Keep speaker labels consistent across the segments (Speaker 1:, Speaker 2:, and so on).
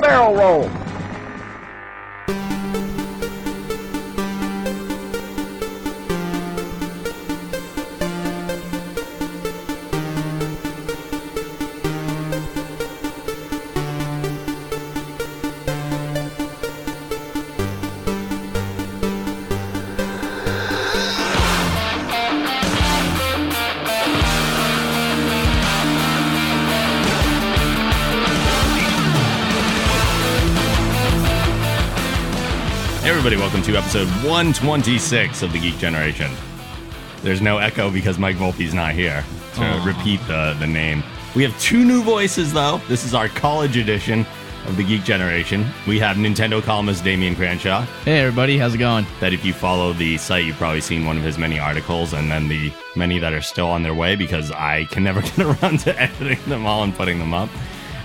Speaker 1: barrel roll.
Speaker 2: Hey everybody, welcome to episode 126 of the Geek Generation. There's no echo because Mike Volpe's not here to repeat the, the name. We have two new voices though. This is our college edition of the Geek Generation. We have Nintendo columnist Damian Cranshaw.
Speaker 3: Hey everybody, how's it going?
Speaker 2: That if you follow the site, you've probably seen one of his many articles, and then the many that are still on their way because I can never get around to editing them all and putting them up.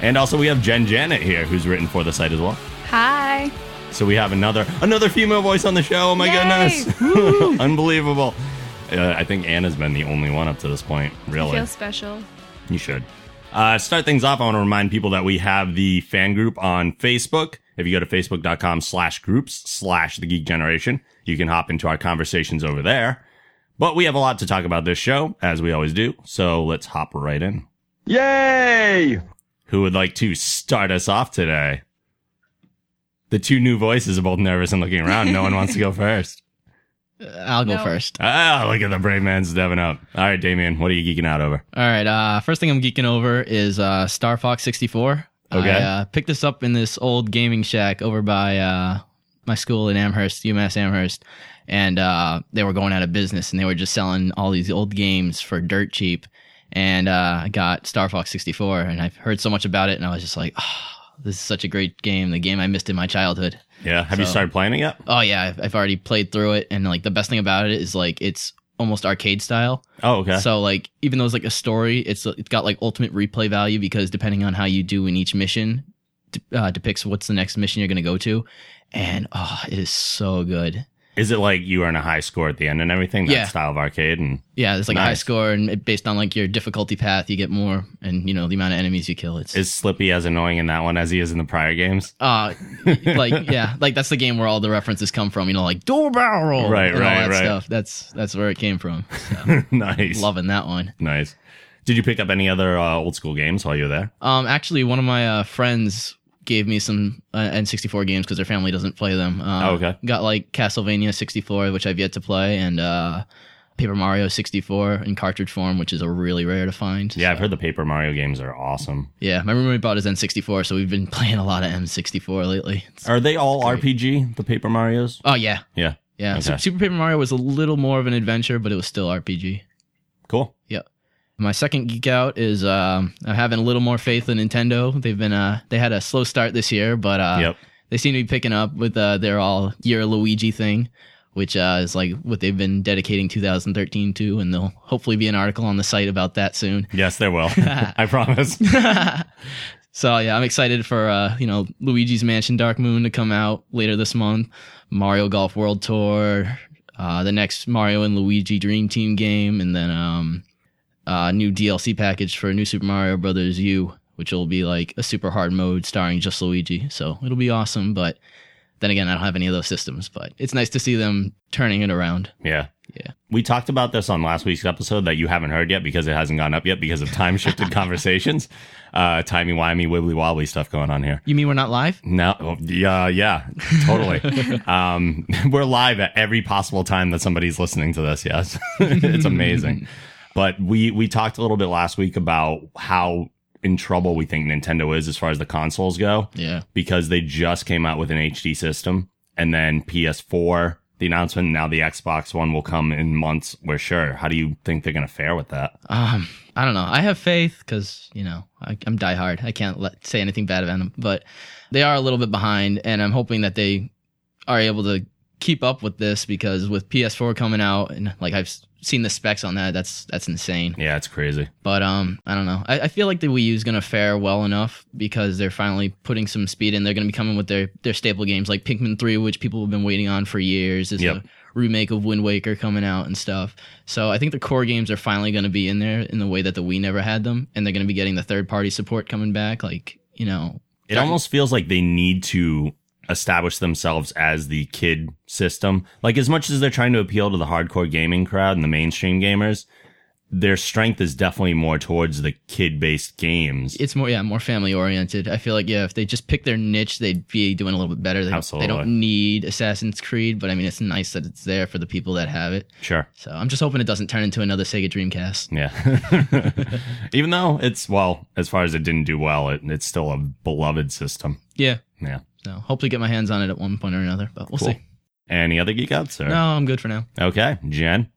Speaker 2: And also, we have Jen Janet here, who's written for the site as well.
Speaker 4: Hi.
Speaker 2: So we have another another female voice on the show. Oh my
Speaker 4: Yay!
Speaker 2: goodness, unbelievable! Uh, I think Anna's been the only one up to this point.
Speaker 4: I
Speaker 2: Really,
Speaker 4: feel special.
Speaker 2: you should. Uh, start things off. I want to remind people that we have the fan group on Facebook. If you go to facebook.com slash groups slash the geek generation, you can hop into our conversations over there. But we have a lot to talk about this show, as we always do. So let's hop right in.
Speaker 1: Yay!
Speaker 2: Who would like to start us off today? The two new voices are both nervous and looking around. No one wants to go first.
Speaker 3: Uh, I'll go
Speaker 4: No.
Speaker 3: first.
Speaker 2: Ah, look at the brave man stepping up. All right, Damien, what are you geeking out over?
Speaker 3: All right, uh, first thing I'm geeking over is uh, Star Fox 64.
Speaker 2: Okay.
Speaker 3: I uh, picked this up in this old gaming shack over by uh, my school in Amherst, UMass Amherst, and uh, they were going out of business and they were just selling all these old games for dirt cheap. And uh, I got Star Fox 64, and I've heard so much about it, and I was just like, oh, this is such a great game, the game I missed in my childhood.
Speaker 2: Yeah, have you
Speaker 3: So-
Speaker 2: started playing it yet?
Speaker 3: Oh, yeah, I've, I've already played through it, and like the best thing about it is like it's almost arcade style.
Speaker 2: Oh, okay.
Speaker 3: So like even though it's like a story, it's it's got like ultimate replay value because depending on how you do in each mission, d- uh, depicts what's the next mission you're gonna go to, and oh, it is so good.
Speaker 2: Is it like you earn a high score at the end and everything? That
Speaker 3: Yeah.
Speaker 2: style of arcade and
Speaker 3: Yeah, it's like a high
Speaker 2: Nice.
Speaker 3: score, and it- based on like your difficulty path, you get more, and you know the amount of enemies you kill. It's
Speaker 2: is Slippy as annoying in that one as he is in the prior games?
Speaker 3: uh like yeah, like that's the game where all the references come from. You know, like doorbell roll,
Speaker 2: Right,
Speaker 3: and all
Speaker 2: right,
Speaker 3: that
Speaker 2: right.
Speaker 3: Stuff. That's that's where it came from.
Speaker 2: nice,
Speaker 3: Loving that one.
Speaker 2: nice. Did you pick up any other uh, old school games while you were there?
Speaker 3: Um, actually, one of my uh, friends gave me some uh, N64 games because their family doesn't play them. Uh,
Speaker 2: Oh, okay.
Speaker 3: Got like Castlevania 64, which I've yet to play, and uh, Paper Mario 64 in cartridge form, which is a really rare to find.
Speaker 2: Yeah, I've heard the Paper Mario games are awesome.
Speaker 3: Yeah, my roommate bought his N64, so we've been playing a lot of M64 lately. It's-
Speaker 2: Are they all RPG? The Paper Mario's?
Speaker 3: oh yeah,
Speaker 2: Yeah,
Speaker 3: yeah. Su-
Speaker 2: Okay.
Speaker 3: Super Paper Mario was a little more of an adventure, but it was still RPG.
Speaker 2: cool.
Speaker 3: My second geek out is um, I'm having a little more faith in Nintendo. They've been uh, they had a slow start this year, but uh,
Speaker 2: yep.
Speaker 3: they seem to be picking up with uh, their all year Luigi thing, which uh, is like what they've been dedicating 2013 to, and there'll hopefully be an article on the site about that soon.
Speaker 2: Yes, there will. I promise.
Speaker 3: so yeah, I'm excited for uh, you know Luigi's Mansion Dark Moon to come out later this month, Mario Golf World Tour, uh, the next Mario and Luigi Dream Team game, and then um, uh, new DLC package for New Super Mario Brothers U, which will be like a super hard mode starring just Luigi. So it'll be awesome, but. Then again, I don't have any of those systems, but it's nice to see them turning it around.
Speaker 2: Yeah.
Speaker 3: Yeah.
Speaker 2: We talked about this on last week's episode that you haven't heard yet because it hasn't gone up yet because of time shifted conversations, uh, timey wimey, wibbly wobbly stuff going on here.
Speaker 3: You mean we're not live?
Speaker 2: No, oh, yeah, yeah, totally. um, we're live at every possible time that somebody's listening to this. Yes, it's amazing. But we we talked a little bit last week about how in trouble we think Nintendo is as far as the consoles go
Speaker 3: Yeah.
Speaker 2: because they just came out with an HD system and then PS4, the announcement, now the Xbox One will come in months. We're sure. How do you think they're going to fare with that?
Speaker 3: Um, I don't know. I have faith because you know I, I'm diehard. I can't let, say anything bad about them, but they are a little bit behind, and I'm hoping that they are able to keep up with this because with PS4 coming out and like I've s- seen the specs on that, that's that's insane.
Speaker 2: Yeah, it's crazy.
Speaker 3: But um, I don't know. I, I feel like the Wii U's gonna fare well enough because they're finally putting some speed in. They're gonna be coming with their their staple games like Pikmin Three, which people have been waiting on for years. There's
Speaker 2: Yep.
Speaker 3: a remake of Wind Waker coming out and stuff. So I think the core games are finally gonna be in there in the way that the Wii never had them, and they're gonna be getting the third party support coming back. Like you know,
Speaker 2: It almost feels like they need to establish themselves as the kid system. Like as much as they're trying to appeal to the hardcore gaming crowd and the mainstream gamers, their strength is definitely more towards the kid-based games.
Speaker 3: It's more, yeah, more family oriented. I feel like, yeah, if they just pick their niche, they'd be doing a little bit better. They,
Speaker 2: Absolutely.
Speaker 3: they don't need Assassin's Creed, but I mean, it's nice that it's there for the people that have it.
Speaker 2: Sure.
Speaker 3: So I'm just hoping it doesn't turn into another Sega Dreamcast.
Speaker 2: Yeah. Even though it's well, as far as it didn't do well, it, it's still a beloved system.
Speaker 3: Yeah.
Speaker 2: Yeah.
Speaker 3: So hopefully get my hands on it at one point or another, but we'll
Speaker 2: Cool.
Speaker 3: see.
Speaker 2: Any other geek outs? Or?
Speaker 3: No, I'm good for now.
Speaker 2: Okay, Jen.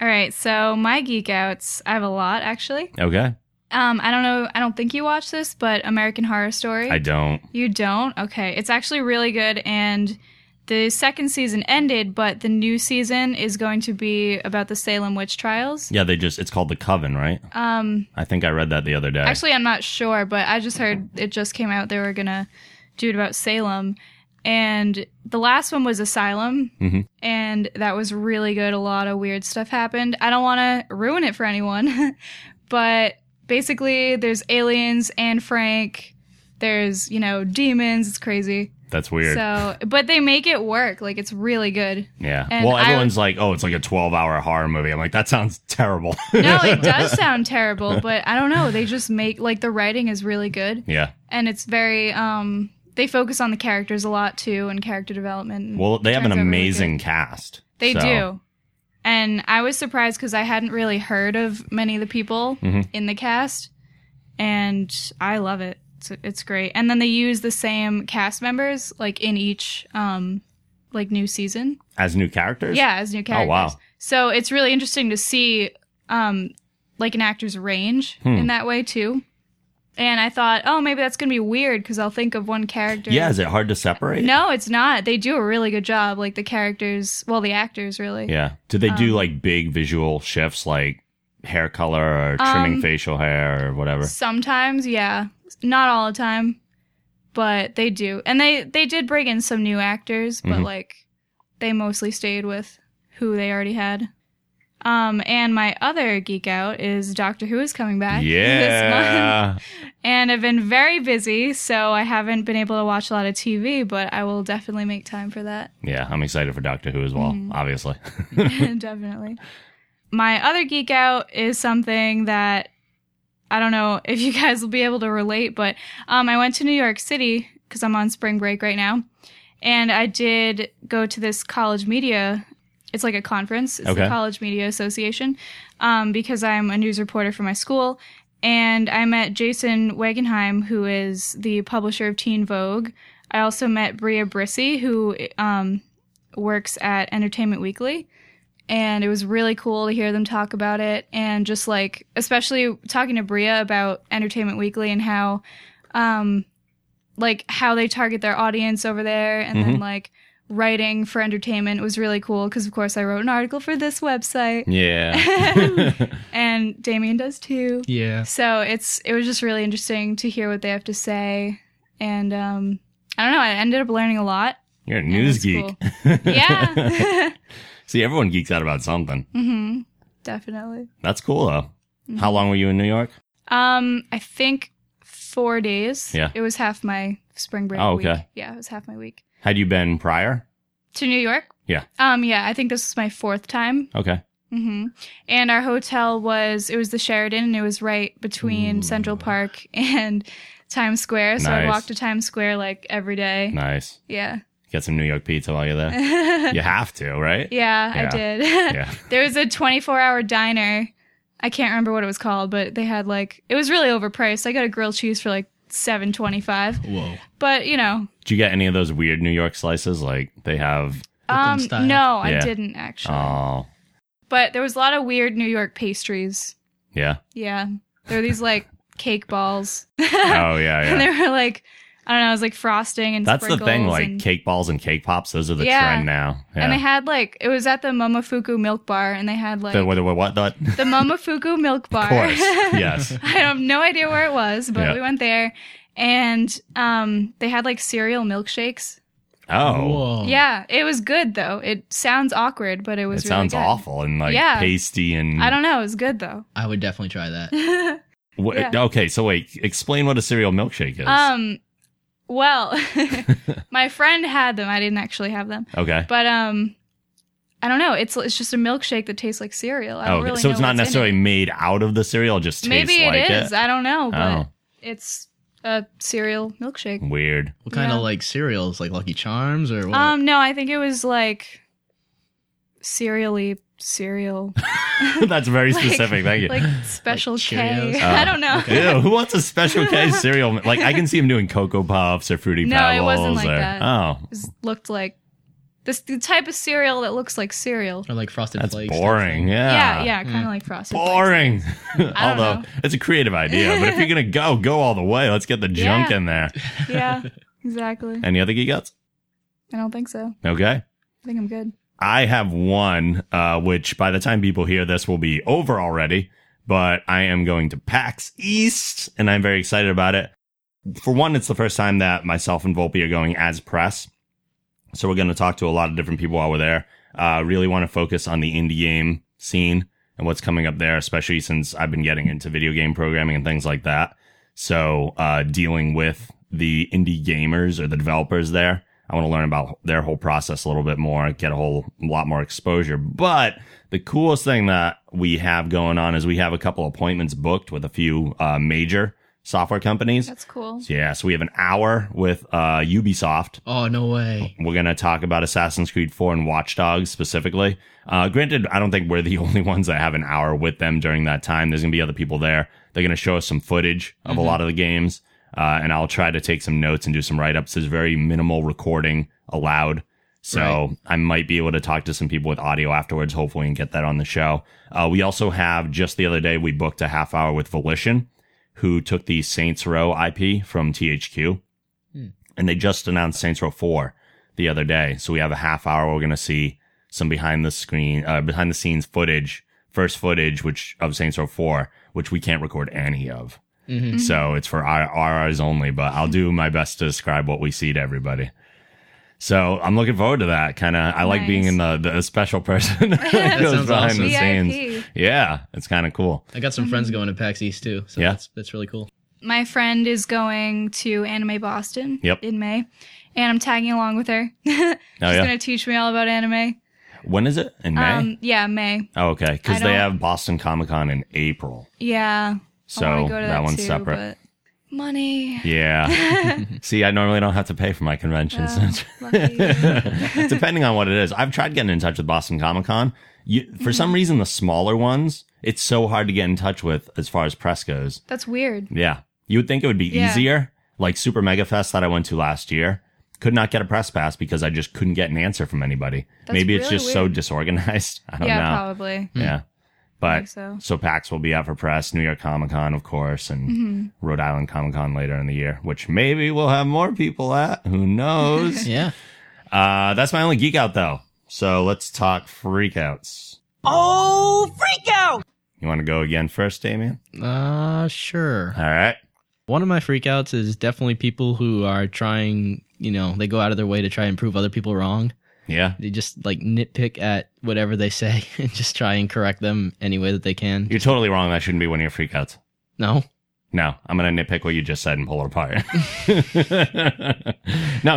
Speaker 4: All right, so my geek outs, I have a lot actually.
Speaker 2: Okay.
Speaker 4: Um, I don't know, I don't think you watched this, but American Horror Story.
Speaker 2: I don't.
Speaker 4: You don't? Okay. It's actually really good and the second season ended, but the new season is going to be about the Salem witch trials.
Speaker 2: Yeah, they just it's called the Coven, right?
Speaker 4: Um
Speaker 2: I think I read that the other day.
Speaker 4: actually I'm not sure, but I just heard it just came out they were going to do it about Salem and the last one was Asylum
Speaker 2: Mhm.
Speaker 4: and that was really good. A lot of weird stuff happened. I don't want to ruin it for anyone, but basically there's aliens and Frank there's, you know, demons. It's crazy.
Speaker 2: That's weird.
Speaker 4: So, but they make it work. Like it's really good.
Speaker 2: yeah.
Speaker 4: and
Speaker 2: Well,
Speaker 4: I-
Speaker 2: everyone's like, "Oh, it's like a 12-hour horror movie." I'm like, "That sounds terrible."
Speaker 4: No, it does sound terrible, but I don't know. They just make like the writing is really good,
Speaker 2: yeah.
Speaker 4: and it's very. um They focus on the characters a lot too, and character development. and
Speaker 2: Well, they have an
Speaker 4: turns out really
Speaker 2: amazing
Speaker 4: good.
Speaker 2: cast.
Speaker 4: They
Speaker 2: so-
Speaker 4: do. And I was surprised because I hadn't really heard of many of the people
Speaker 2: Mhm.
Speaker 4: in the cast, and I love it. It's, it's great. And then they use the same cast members like in each um like new season.
Speaker 2: as new characters.
Speaker 4: Yeah, as new characters.
Speaker 2: Oh, wow.
Speaker 4: So it's really interesting to see um like an actor's range
Speaker 2: Hmm.
Speaker 4: in that way too. And I thought, oh, maybe that's gonna be weird because I'll think of one character.
Speaker 2: Yeah, is it hard to separate?
Speaker 4: No, it's not. They do a really good job. Like the characters, well, the actors really.
Speaker 2: Yeah. Did they do
Speaker 4: Um,
Speaker 2: like big visual shifts like hair color or trimming
Speaker 4: Um,
Speaker 2: facial hair or whatever?
Speaker 4: Sometimes, yeah, not all the time, but they do. And they they did bring in some new actors, but
Speaker 2: Mhm.
Speaker 4: like they mostly stayed with who they already had. Um, and my other geek out is Doctor Who is coming back. This month.
Speaker 2: Yeah.
Speaker 4: And I've been very busy, so I haven't been able to watch a lot of TV, but I will definitely make time for that.
Speaker 2: Yeah, I'm excited for Doctor Who as well,
Speaker 4: Mhm.
Speaker 2: obviously.
Speaker 4: definitely. My other geek out is something that I don't know if you guys will be able to relate, but um, I went to New York City because I'm on spring break right now. And I did go to this college media, it's like a conference, it's
Speaker 2: Okay.
Speaker 4: the College Media Association, um, because I'm a news reporter for my school. And I met Jason Wagenheim, who is the publisher of Teen Vogue. I also met Bria Brissy, who um, works at Entertainment Weekly. And it was really cool to hear them talk about it. And just like, especially talking to Bria about Entertainment Weekly and how, um, like, how they target their audience over there. And then, like, writing for entertainment was really cool. Cause, of course, I wrote an article for this website.
Speaker 2: yeah.
Speaker 4: And Damien does too.
Speaker 3: Yeah.
Speaker 4: So it's it was just really interesting to hear what they have to say, and um, I don't know. I ended up learning a lot.
Speaker 2: You're a
Speaker 4: and
Speaker 2: news
Speaker 4: it's
Speaker 2: geek.
Speaker 4: cool. yeah.
Speaker 2: See, everyone geeks out about something.
Speaker 4: hmm Definitely.
Speaker 2: That's cool though.
Speaker 4: Mm-hmm.
Speaker 2: How long were you in New York?
Speaker 4: Um, I think four days.
Speaker 2: Yeah.
Speaker 4: It was half my spring break.
Speaker 2: Oh,
Speaker 4: week.
Speaker 2: okay.
Speaker 4: Yeah, it was half my week
Speaker 2: Had you been prior?
Speaker 4: to New York.
Speaker 2: Yeah.
Speaker 4: Um, yeah, I think this was my fourth time.
Speaker 2: Okay.
Speaker 4: hmm And our hotel was it was the Sheridan, and it was right between
Speaker 2: Ooh.
Speaker 4: Central Park and Times Square. So I
Speaker 2: Nice.
Speaker 4: walked to Times Square like every day.
Speaker 2: Nice.
Speaker 4: Yeah.
Speaker 2: Get some New York pizza while you're there. you have to, right?
Speaker 4: Yeah,
Speaker 2: Yeah.
Speaker 4: I did.
Speaker 2: Yeah.
Speaker 4: there was a 24 hour diner. I can't remember what it was called, but they had like it was really overpriced. I got a grilled cheese for like 7.25,
Speaker 3: Whoa.
Speaker 4: but you know,
Speaker 2: Did you get any of those weird New York slices? Like they have
Speaker 3: Brooklyn
Speaker 4: um
Speaker 3: style.
Speaker 4: no, I
Speaker 2: Yeah.
Speaker 4: didn't actually.
Speaker 2: oh
Speaker 4: But there was a lot of weird New York pastries.
Speaker 2: yeah.
Speaker 4: Yeah. There were these like cake balls.
Speaker 2: Oh yeah, yeah.
Speaker 4: And they were like I don't know, it was like frosting and
Speaker 2: That's the thing,
Speaker 4: sprinkles
Speaker 2: like
Speaker 4: and,
Speaker 2: cake balls and cake pops, those are the
Speaker 4: Yeah.
Speaker 2: trend now. Yeah.
Speaker 4: and they had like it was at the Momofuku Milk Bar and they had like
Speaker 2: the, what, what, what, what?
Speaker 4: the Momofuku Milk Bar.
Speaker 2: Of course. yes.
Speaker 4: I have no idea where it was, but
Speaker 2: Yeah.
Speaker 4: we went there and um they had like cereal milkshakes.
Speaker 2: Oh.
Speaker 3: Whoa.
Speaker 4: Yeah, it was good though. It sounds awkward, but it was
Speaker 2: it
Speaker 4: really
Speaker 2: sounds
Speaker 4: good.
Speaker 2: awful and like
Speaker 4: Yeah.
Speaker 2: pasty and
Speaker 4: I don't know, it was good though.
Speaker 3: I would definitely try that.
Speaker 2: Wha-
Speaker 4: yeah.
Speaker 2: okay so wait explain what a cereal milkshake is
Speaker 4: um Well, my friend had them. I didn't actually have them.
Speaker 2: Okay.
Speaker 4: But um I don't know. It's it's just a milkshake that tastes like cereal. I
Speaker 2: Oh,
Speaker 4: don't
Speaker 2: okay.
Speaker 4: really
Speaker 2: so it's
Speaker 4: know
Speaker 2: not
Speaker 4: what's in it.
Speaker 2: necessarily made out of the cereal, it just
Speaker 4: Maybe
Speaker 2: tastes like
Speaker 4: it is. I don't know, but
Speaker 2: Oh.
Speaker 4: it's a cereal milkshake.
Speaker 2: Weird.
Speaker 3: What kind
Speaker 4: Yeah.
Speaker 3: of like cereals? Like Lucky Charms or what?
Speaker 4: Um no, I think it was like cereally cereal
Speaker 2: That's very
Speaker 4: Like-
Speaker 2: specific. Thank you.
Speaker 4: like special K.
Speaker 3: Cheerios?
Speaker 4: I
Speaker 2: Oh.
Speaker 4: don't know.
Speaker 2: Ew, who wants a special K cereal? Like I can see him doing Cocoa Puffs or Fruity
Speaker 4: No,
Speaker 2: Pebbles.
Speaker 4: it wasn't like
Speaker 2: or,
Speaker 4: that.
Speaker 2: Oh,
Speaker 4: It looked like this the type of cereal that looks like cereal.
Speaker 3: or like Frosted
Speaker 2: that's
Speaker 3: Flakes.
Speaker 2: boring.
Speaker 4: Yeah,
Speaker 2: Yeah, Hmm.
Speaker 4: yeah, kind of like frosted. Flakes.
Speaker 2: Boring.
Speaker 4: don't
Speaker 2: Although
Speaker 4: know.
Speaker 2: it's a creative idea, but if you're gonna go, go all the way. Let's get the junk
Speaker 4: Yeah.
Speaker 2: in there.
Speaker 4: Yeah, exactly.
Speaker 2: Any other geek outs?
Speaker 4: I don't think so.
Speaker 2: Okay.
Speaker 4: I think I'm good.
Speaker 2: I have one, uh, which by the time people hear this will be over already, but I am going to PAX East and I'm very excited about it. For one, it's the first time that myself and Volpe are going as press. So we're going to talk to a lot of different people while we're there. Uh, really want to focus on the indie game scene and what's coming up there, especially since I've been getting into video game programming and things like that. So, uh, dealing with the indie gamers or the developers there, I want to learn about their whole process a little bit more, get a whole lot more exposure. But the coolest thing that we have going on is we have a couple appointments booked with a few uh, major software companies.
Speaker 4: That's cool.
Speaker 2: So, yeah, so we have an hour with uh, Ubisoft
Speaker 3: Oh no way.
Speaker 2: we're going to talk about Assassin's Creed 4 and Watch Dogs specifically. Uh, granted, I don't think we're the only ones that have an hour with them during that time. There's going to be other people there. They're going to show us some footage of a lot of the games, uh, and I'll try to take some notes and do some write ups. There's very minimal recording allowed. So
Speaker 3: Right.
Speaker 2: I might be able to talk to some people with audio afterwards, hopefully, and get that on the show. Uh, we also have just the other day, we booked a half hour with Volition, who took the Saints Row IP from THQ and they just announced Saints Row 4 the other day. So we have a half hour. We're going to see some behind the screen, uh, behind the scenes footage, first footage, which of Saints Row 4, which we can't record any of.
Speaker 3: Mhm.
Speaker 4: Mm-hmm.
Speaker 2: So it's for our, our eyes only, but I'll do my best to describe what we see to everybody. So I'm looking forward to that. Kind of, I like being
Speaker 4: Nice.
Speaker 2: in the, the special person that goes
Speaker 3: sounds
Speaker 2: behind
Speaker 3: awesome.
Speaker 2: the scenes.
Speaker 4: VIP.
Speaker 2: Yeah, it's kind of cool.
Speaker 3: I got some friends going to PAX East too, so
Speaker 2: Yeah.
Speaker 3: that's that's really cool.
Speaker 4: My friend is going to Anime Boston
Speaker 2: Yep. Oh,
Speaker 4: in May, and I'm tagging along with her. She's
Speaker 2: yeah?
Speaker 4: going to teach me all about anime.
Speaker 2: When is it? In May?
Speaker 4: Um, yeah, May.
Speaker 2: oh, okay. Because
Speaker 4: I
Speaker 2: they
Speaker 4: don't-
Speaker 2: have Boston Comic Con in April.
Speaker 4: Yeah.
Speaker 2: So
Speaker 4: I wanna go to
Speaker 2: that one's
Speaker 4: too,
Speaker 2: separate.
Speaker 4: But money.
Speaker 2: Yeah. See, I normally don't have to pay for my conventions.
Speaker 4: Well, lucky you.
Speaker 2: Depending on what it is. I've tried getting in touch with Boston Comic Con. You, for
Speaker 4: Mm-hmm.
Speaker 2: some reason, the smaller ones, it's so hard to get in touch with as far as press goes.
Speaker 4: That's weird.
Speaker 2: Yeah. You would think it would be
Speaker 4: Yeah.
Speaker 2: easier. Like Super Mega Fest that I went to last year, could not get a press pass because I just couldn't get an answer from anybody.
Speaker 4: That's
Speaker 2: Maybe it's
Speaker 4: really
Speaker 2: just so
Speaker 4: weird.
Speaker 2: disorganized. I don't
Speaker 4: Yeah,
Speaker 2: know.
Speaker 4: probably.
Speaker 2: Yeah.
Speaker 4: I
Speaker 2: But
Speaker 4: think so.
Speaker 2: so PAX will be out for press, New York Comic Con, of course, and
Speaker 4: Mm-hmm.
Speaker 2: Rhode Island Comic Con later in the year, which maybe we'll have more people at. Who knows?
Speaker 3: Yeah.
Speaker 2: uh, that's my only geek out though. So let's talk freakouts.
Speaker 5: Oh, freak out!
Speaker 2: You want to go again first, Damien?
Speaker 3: Uh sure.
Speaker 2: All right.
Speaker 3: One of my freakouts is definitely people who are trying, you know, they go out of their way to try and prove other people wrong.
Speaker 2: Yeah.
Speaker 3: They just like nitpick at whatever they say and just try and correct them any way that they can.
Speaker 2: You're totally wrong. That shouldn't be one of your freakouts.
Speaker 3: No.
Speaker 2: No, I'm going to nitpick what you just said and pull it apart. no,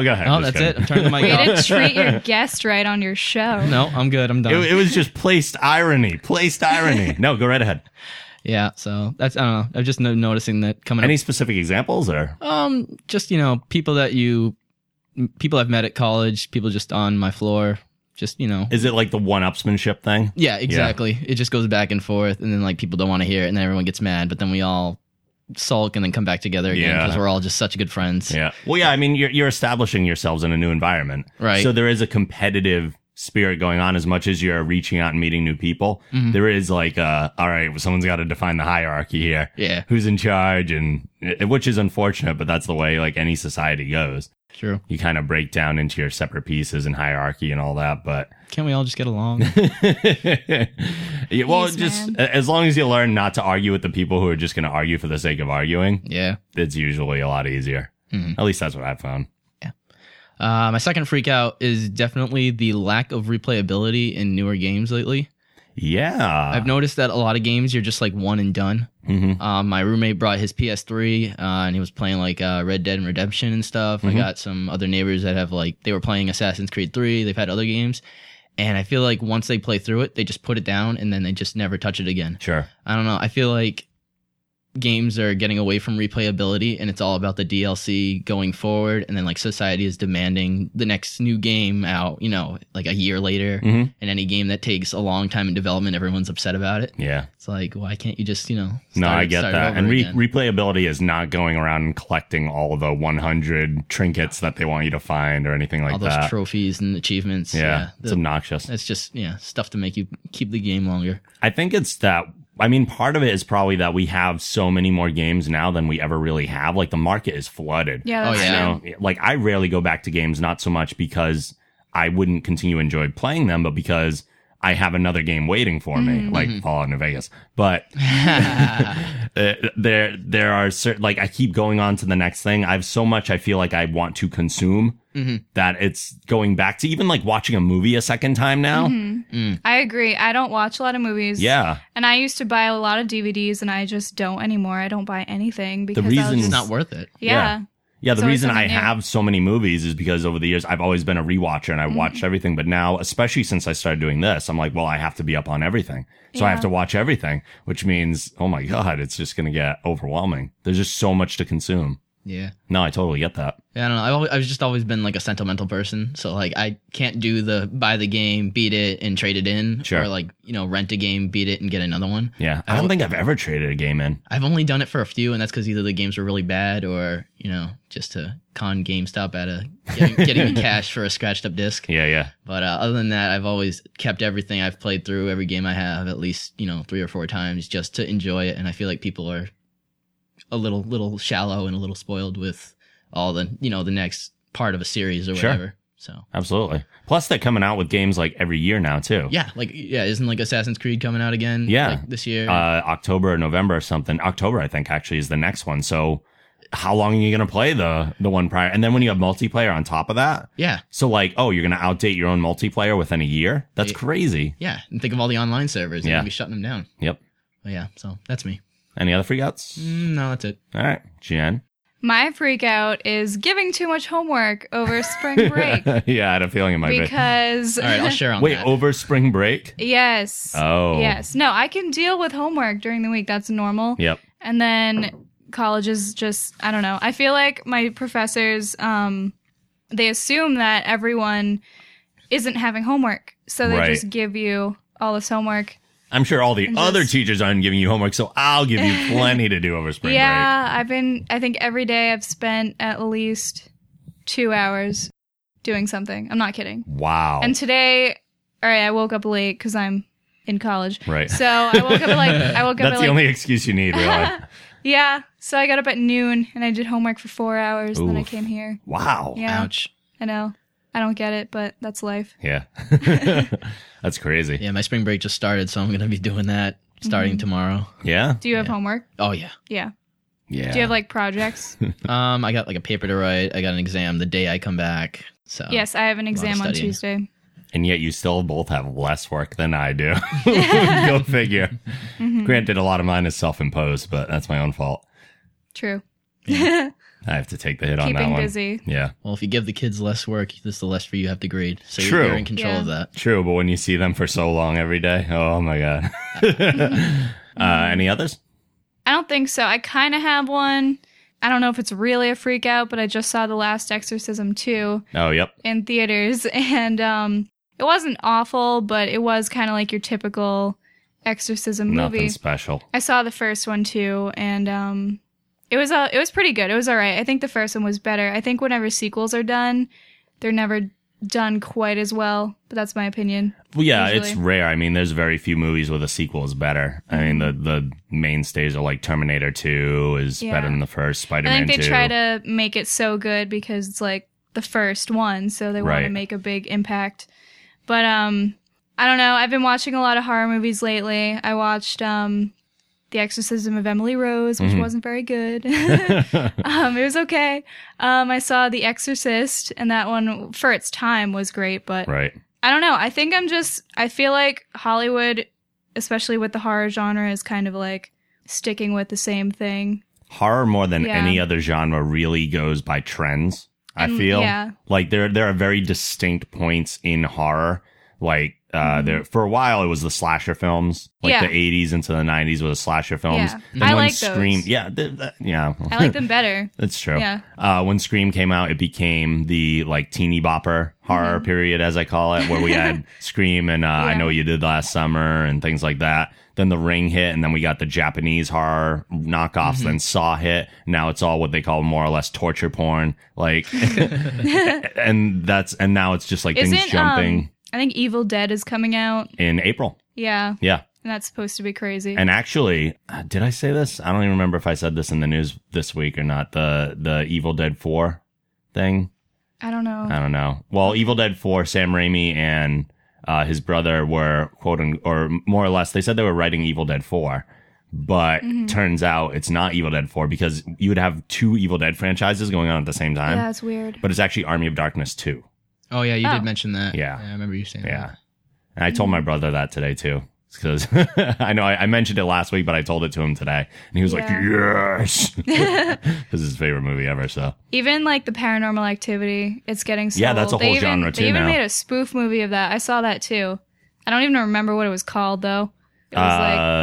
Speaker 2: go ahead. Just
Speaker 3: No, that's
Speaker 2: kidding.
Speaker 3: it. I'm turning to my
Speaker 4: Way to
Speaker 3: god.
Speaker 4: treat your guest right on your show.
Speaker 3: No, I'm good. I'm done.
Speaker 2: It, it was just placed irony. Placed irony. No, go right ahead.
Speaker 3: yeah, so that's I don't know. I'm just no- noticing that coming up
Speaker 2: Any specific examples or?
Speaker 3: Um, just you know, people that you, m- people I've met at college, people just on my floor, just you know.
Speaker 2: Is it like the one-upsmanship thing?
Speaker 3: yeah, exactly. It just goes back and forth, and then like people don't want to hear it, and then everyone gets mad, but then we all sulk and then come back together again
Speaker 2: Yeah.
Speaker 3: because we're all just such good friends.
Speaker 2: Yeah. Well, yeah. I mean, you're, you're establishing yourselves in a new environment,
Speaker 3: Right.
Speaker 2: So there is a competitive spirit going on as much as you're reaching out and meeting new people.
Speaker 3: Mm-hmm.
Speaker 2: There is like, uh, all right, well, someone's got to define the hierarchy here.
Speaker 3: Yeah,
Speaker 2: Who's in charge, and eh, which is unfortunate, but that's the way like any society goes.
Speaker 3: true.
Speaker 2: You kind of break down into your separate pieces and hierarchy and all that, but
Speaker 3: Can't we all just get along?
Speaker 2: Yeah, well,
Speaker 4: Yes,
Speaker 2: just
Speaker 4: ma'am.
Speaker 2: a- as long as you learn not to argue with the people who are just going to argue for the sake of arguing,
Speaker 3: yeah.
Speaker 2: it's usually a lot easier.
Speaker 3: Mhm.
Speaker 2: At least that's what I've found.
Speaker 3: Uh, my second freak out is definitely the lack of replayability in newer games lately.
Speaker 2: Yeah.
Speaker 3: I've noticed that a lot of games you're just like one and done.
Speaker 2: Mhm.
Speaker 3: Um, my roommate brought his PS3 uh, and he was playing like uh, Red Dead Redemption and stuff. I got some other neighbors that have like they were playing Assassin's Creed 3. They've had other games, and I feel like once they play through it, they just put it down and then they just never touch it again.
Speaker 2: Sure.
Speaker 3: I don't know. I feel like games are getting away from replayability and it's all about the DLC going forward and then like society is demanding the next new game out, you know, like a year later
Speaker 2: Mhm.
Speaker 3: and any game that takes a long time in development everyone's upset about it.
Speaker 2: Yeah.
Speaker 3: It's like why can't you just, you know, start,
Speaker 2: No, I get
Speaker 3: start
Speaker 2: that.
Speaker 3: over
Speaker 2: And re-
Speaker 3: again?
Speaker 2: replayability is not going around and collecting all the 100 trinkets that they want you to find or anything like
Speaker 3: all those
Speaker 2: that.
Speaker 3: trophies and achievements.
Speaker 2: yeah,
Speaker 3: The-
Speaker 2: it's obnoxious.
Speaker 3: that's just yeah, stuff to make you keep the game longer.
Speaker 2: I think it's that. I mean, part of it is probably that we have so many more games now than we ever really have. Like the market is flooded.
Speaker 4: Yeah,
Speaker 3: Oh,
Speaker 4: that's
Speaker 3: yeah.
Speaker 4: true.
Speaker 2: You know, like I rarely go back to games, not so much because I wouldn't continue to enjoy playing them, but because I have another game waiting for me, like Fallout New Vegas. But uh, there, there are certain like I keep going on to the next thing. I have so much I feel like I want to consume that it's going back to even like watching a movie a second time now.
Speaker 4: I agree. I don't watch a lot of movies.
Speaker 2: Yeah,
Speaker 4: And I used to buy a lot of DVDs and I just don't anymore. I don't buy anything because I'll
Speaker 2: reason-
Speaker 4: just,
Speaker 3: It's not worth it.
Speaker 4: yeah.
Speaker 2: Yeah, the
Speaker 4: So it's
Speaker 2: reason I
Speaker 4: something new.
Speaker 2: have so many movies is because over the years I've always been a rewatcher and I
Speaker 4: Mm-hmm.
Speaker 2: watched everything. But now, especially since I started doing this, I'm like, well, I have to be up on everything. So I have
Speaker 4: Yeah.
Speaker 2: to watch everything, which means, oh my God, it's just going to get overwhelming. There's just so much to consume.
Speaker 3: Yeah.
Speaker 2: No, I totally get that.
Speaker 3: Yeah, I don't know. I've, always, I've just always been like a sentimental person. So like I can't do the buy the game, beat it, and trade it in,
Speaker 2: Sure.
Speaker 3: or like you know rent a game, beat it, and get another one.
Speaker 2: Yeah. I don't think I've ever traded a game in.
Speaker 3: I've only done it for a few, and that's because either the games were really bad, or you know just to con GameStop out of getting, getting me cash for a scratched up disc.
Speaker 2: Yeah, yeah.
Speaker 3: But uh, other than that, I've always kept everything I've played through every game I have at least you know three or four times just to enjoy it. And I feel like people are a little little shallow and a little spoiled with all the you know the next part of a series or
Speaker 2: Sure.
Speaker 3: whatever. So
Speaker 2: Absolutely. Plus, they're coming out with games like every year now, too.
Speaker 3: yeah, like yeah, isn't like Assassin's Creed coming out again?
Speaker 2: Yeah.
Speaker 3: like, this year.
Speaker 2: Uh, October or November or something. October, I think, actually, is the next one. So. How long are you going to play the the one prior? And then when you have multiplayer on top of that,
Speaker 3: yeah,
Speaker 2: So like, oh, you're gonna outdate your own multiplayer within a year? That's
Speaker 3: Yeah.
Speaker 2: crazy.
Speaker 3: yeah. And think of all the online servers. They're
Speaker 2: Yeah.
Speaker 3: gonna be shutting them down.
Speaker 2: Yep.
Speaker 3: But yeah, so that's me.
Speaker 2: Any other freakouts?
Speaker 3: Mm, no, that's it.
Speaker 2: All right, Jen.
Speaker 4: My freak out is giving too much homework over spring break
Speaker 2: yeah, I had a feeling it might
Speaker 4: because
Speaker 3: All right, I'll share
Speaker 2: be.
Speaker 3: on
Speaker 2: Wait, oh.
Speaker 3: that.
Speaker 2: over spring break?
Speaker 4: yes.
Speaker 2: Oh.
Speaker 4: Yes. No, I can deal with homework during the week. That's normal.
Speaker 2: Yep.
Speaker 4: And then college is just I don't know. I feel like my professors um they assume that everyone isn't having homework. So they
Speaker 2: Right.
Speaker 4: just give you all this homework.
Speaker 2: I'm sure all the
Speaker 4: I'm
Speaker 2: other
Speaker 4: just-
Speaker 2: teachers aren't giving you homework, so I'll give you plenty to do over spring break.
Speaker 4: yeah, I've been I think every day I've spent at least 2 hours doing something. I'm not kidding.
Speaker 2: Wow.
Speaker 4: And today all right, I woke up late cuz I'm in college.
Speaker 2: Right.
Speaker 4: So I woke up at like I woke up
Speaker 2: That's
Speaker 4: at
Speaker 2: the
Speaker 4: like
Speaker 2: only excuse you need, really.
Speaker 4: Yeah. So I got up at noon and I did homework for four hours. And then I
Speaker 2: Oof.
Speaker 4: came here.
Speaker 2: wow.
Speaker 4: Yeah.
Speaker 3: Ouch.
Speaker 4: I know. I don't get it, but that's life.
Speaker 2: Yeah. That's crazy. Yeah.
Speaker 3: Yeah, my spring break just started, so I'm gonna be doing that starting tomorrow.
Speaker 2: Yeah.
Speaker 4: Do you have homework?
Speaker 3: Oh yeah.
Speaker 4: Yeah. Do you have like projects?
Speaker 3: Um, I got like a paper to write. I got an exam the day I come back. So
Speaker 4: yes, I have an exam on
Speaker 3: studying.
Speaker 4: Tuesday.
Speaker 2: and yet you still both have less work than I do. Go figure.
Speaker 4: Mm-hmm.
Speaker 2: Granted, a lot of mine is self imposed, but that's my own fault.
Speaker 4: True.
Speaker 2: I have to take the hit on that
Speaker 4: Keeping
Speaker 2: one.
Speaker 4: busee.
Speaker 2: Yeah,
Speaker 3: Well, if you give the kids less work, this the less for you have to grade. So
Speaker 2: True.
Speaker 3: You're, you're in control
Speaker 4: Yeah.
Speaker 3: of that.
Speaker 2: true. But when you see them for so long every day, oh my god.
Speaker 4: Mm-hmm.
Speaker 2: uh, any others?
Speaker 4: I don't think so. I kind of have one. I don't know if it's really a freak out, but I just saw The Last Exorcism 2
Speaker 2: Oh, yep.
Speaker 4: in theaters and um it wasn't awful, but it was kind of like your typical exorcism
Speaker 2: Nothing
Speaker 4: movie.
Speaker 2: special.
Speaker 4: I saw the first one too, and um, it was uh, it was pretty good. It was all right. I think the first one was better. I think whenever sequels are done, they're never done quite as well. But that's my opinion.
Speaker 2: Well, yeah,
Speaker 4: Usually.
Speaker 2: it's rare. I mean, there's very few movies where the sequel is better. I mean, the the mainstays are like Terminator Two is
Speaker 4: Mm-hmm. Yeah.
Speaker 2: better than the first. Spider
Speaker 4: I
Speaker 2: Man
Speaker 4: think they
Speaker 2: Two.
Speaker 4: try to make it so good because it's like the first one, so they want
Speaker 2: Right.
Speaker 4: to make a big impact. But um, I don't know. I've been watching a lot of horror movies lately. I watched um, The Exorcism of Emily Rose,
Speaker 2: Mm-hmm.
Speaker 4: which wasn't very good. um, it was okay. Um, I saw The Exorcist, and that one for its time was great, but
Speaker 2: right.
Speaker 4: I don't know. I think I'm just I feel like Hollywood especially with the horror genre, is kind of like sticking with the same thing.
Speaker 2: horror more than
Speaker 4: Yeah.
Speaker 2: any other genre really goes by trends. I
Speaker 4: And-
Speaker 2: feel
Speaker 4: yeah.
Speaker 2: like there there are very distinct points in horror. Like uh, there for a while, it was the slasher films, like
Speaker 4: Mm-hmm. Yeah.
Speaker 2: the '80s into the '90s were the slasher films.
Speaker 4: Yeah.
Speaker 2: Then
Speaker 4: I
Speaker 2: when
Speaker 4: like
Speaker 2: Scream,
Speaker 4: those.
Speaker 2: yeah, th- th- yeah,
Speaker 4: I like them better.
Speaker 2: That's true.
Speaker 4: Yeah.
Speaker 2: Uh, when Scream came out, it became the like teeny bopper horror period, as I call it, where we had Scream and uh, I
Speaker 4: Mm-hmm. Yeah.
Speaker 2: Know What You Did Last Summer and things like that. Then The Ring hit, and then we got the Japanese horror knockoffs.
Speaker 4: Mm-hmm.
Speaker 2: Then Saw hit. Now it's all what they call more or less torture porn, like, and that's and now it's just like things
Speaker 4: Isn't
Speaker 2: jumping
Speaker 4: um, I think Evil Dead is coming out.
Speaker 2: in April.
Speaker 4: Yeah,
Speaker 2: Yeah.
Speaker 4: and that's supposed to be crazy.
Speaker 2: And actually, uh, did I say this? I don't even remember if I said this in the news this week or not. The the Evil Dead Four thing.
Speaker 4: I don't know.
Speaker 2: I don't know. Well, Evil Dead 4, Sam Raimi and uh, his brother were quote un- or more or less they said they were writing Evil Dead 4, but
Speaker 4: Mm-hmm.
Speaker 2: turns out it's not Evil Dead 4 because you would have two Evil Dead franchises going on at the same time.
Speaker 4: yeah, it's weird.
Speaker 2: But it's actually Army of Darkness 2.
Speaker 3: Oh yeah, you
Speaker 4: Oh.
Speaker 3: did mention that.
Speaker 2: Yeah.
Speaker 3: I remember you saying
Speaker 2: Yeah.
Speaker 3: that.
Speaker 2: And I told my
Speaker 4: Mm-hmm.
Speaker 2: brother that today too. Because I know I, I mentioned it last week, but I told it to him today, and he was like, "Yes," this is his favorite movie ever. So
Speaker 4: Even like the paranormal activity, it's getting sold.
Speaker 2: Yeah, that's a
Speaker 4: They
Speaker 2: whole
Speaker 4: even-
Speaker 2: genre, too,
Speaker 4: They even
Speaker 2: now.
Speaker 4: made a spoof movie of that. I saw that too. I don't even remember what it was called though. It was
Speaker 2: uh,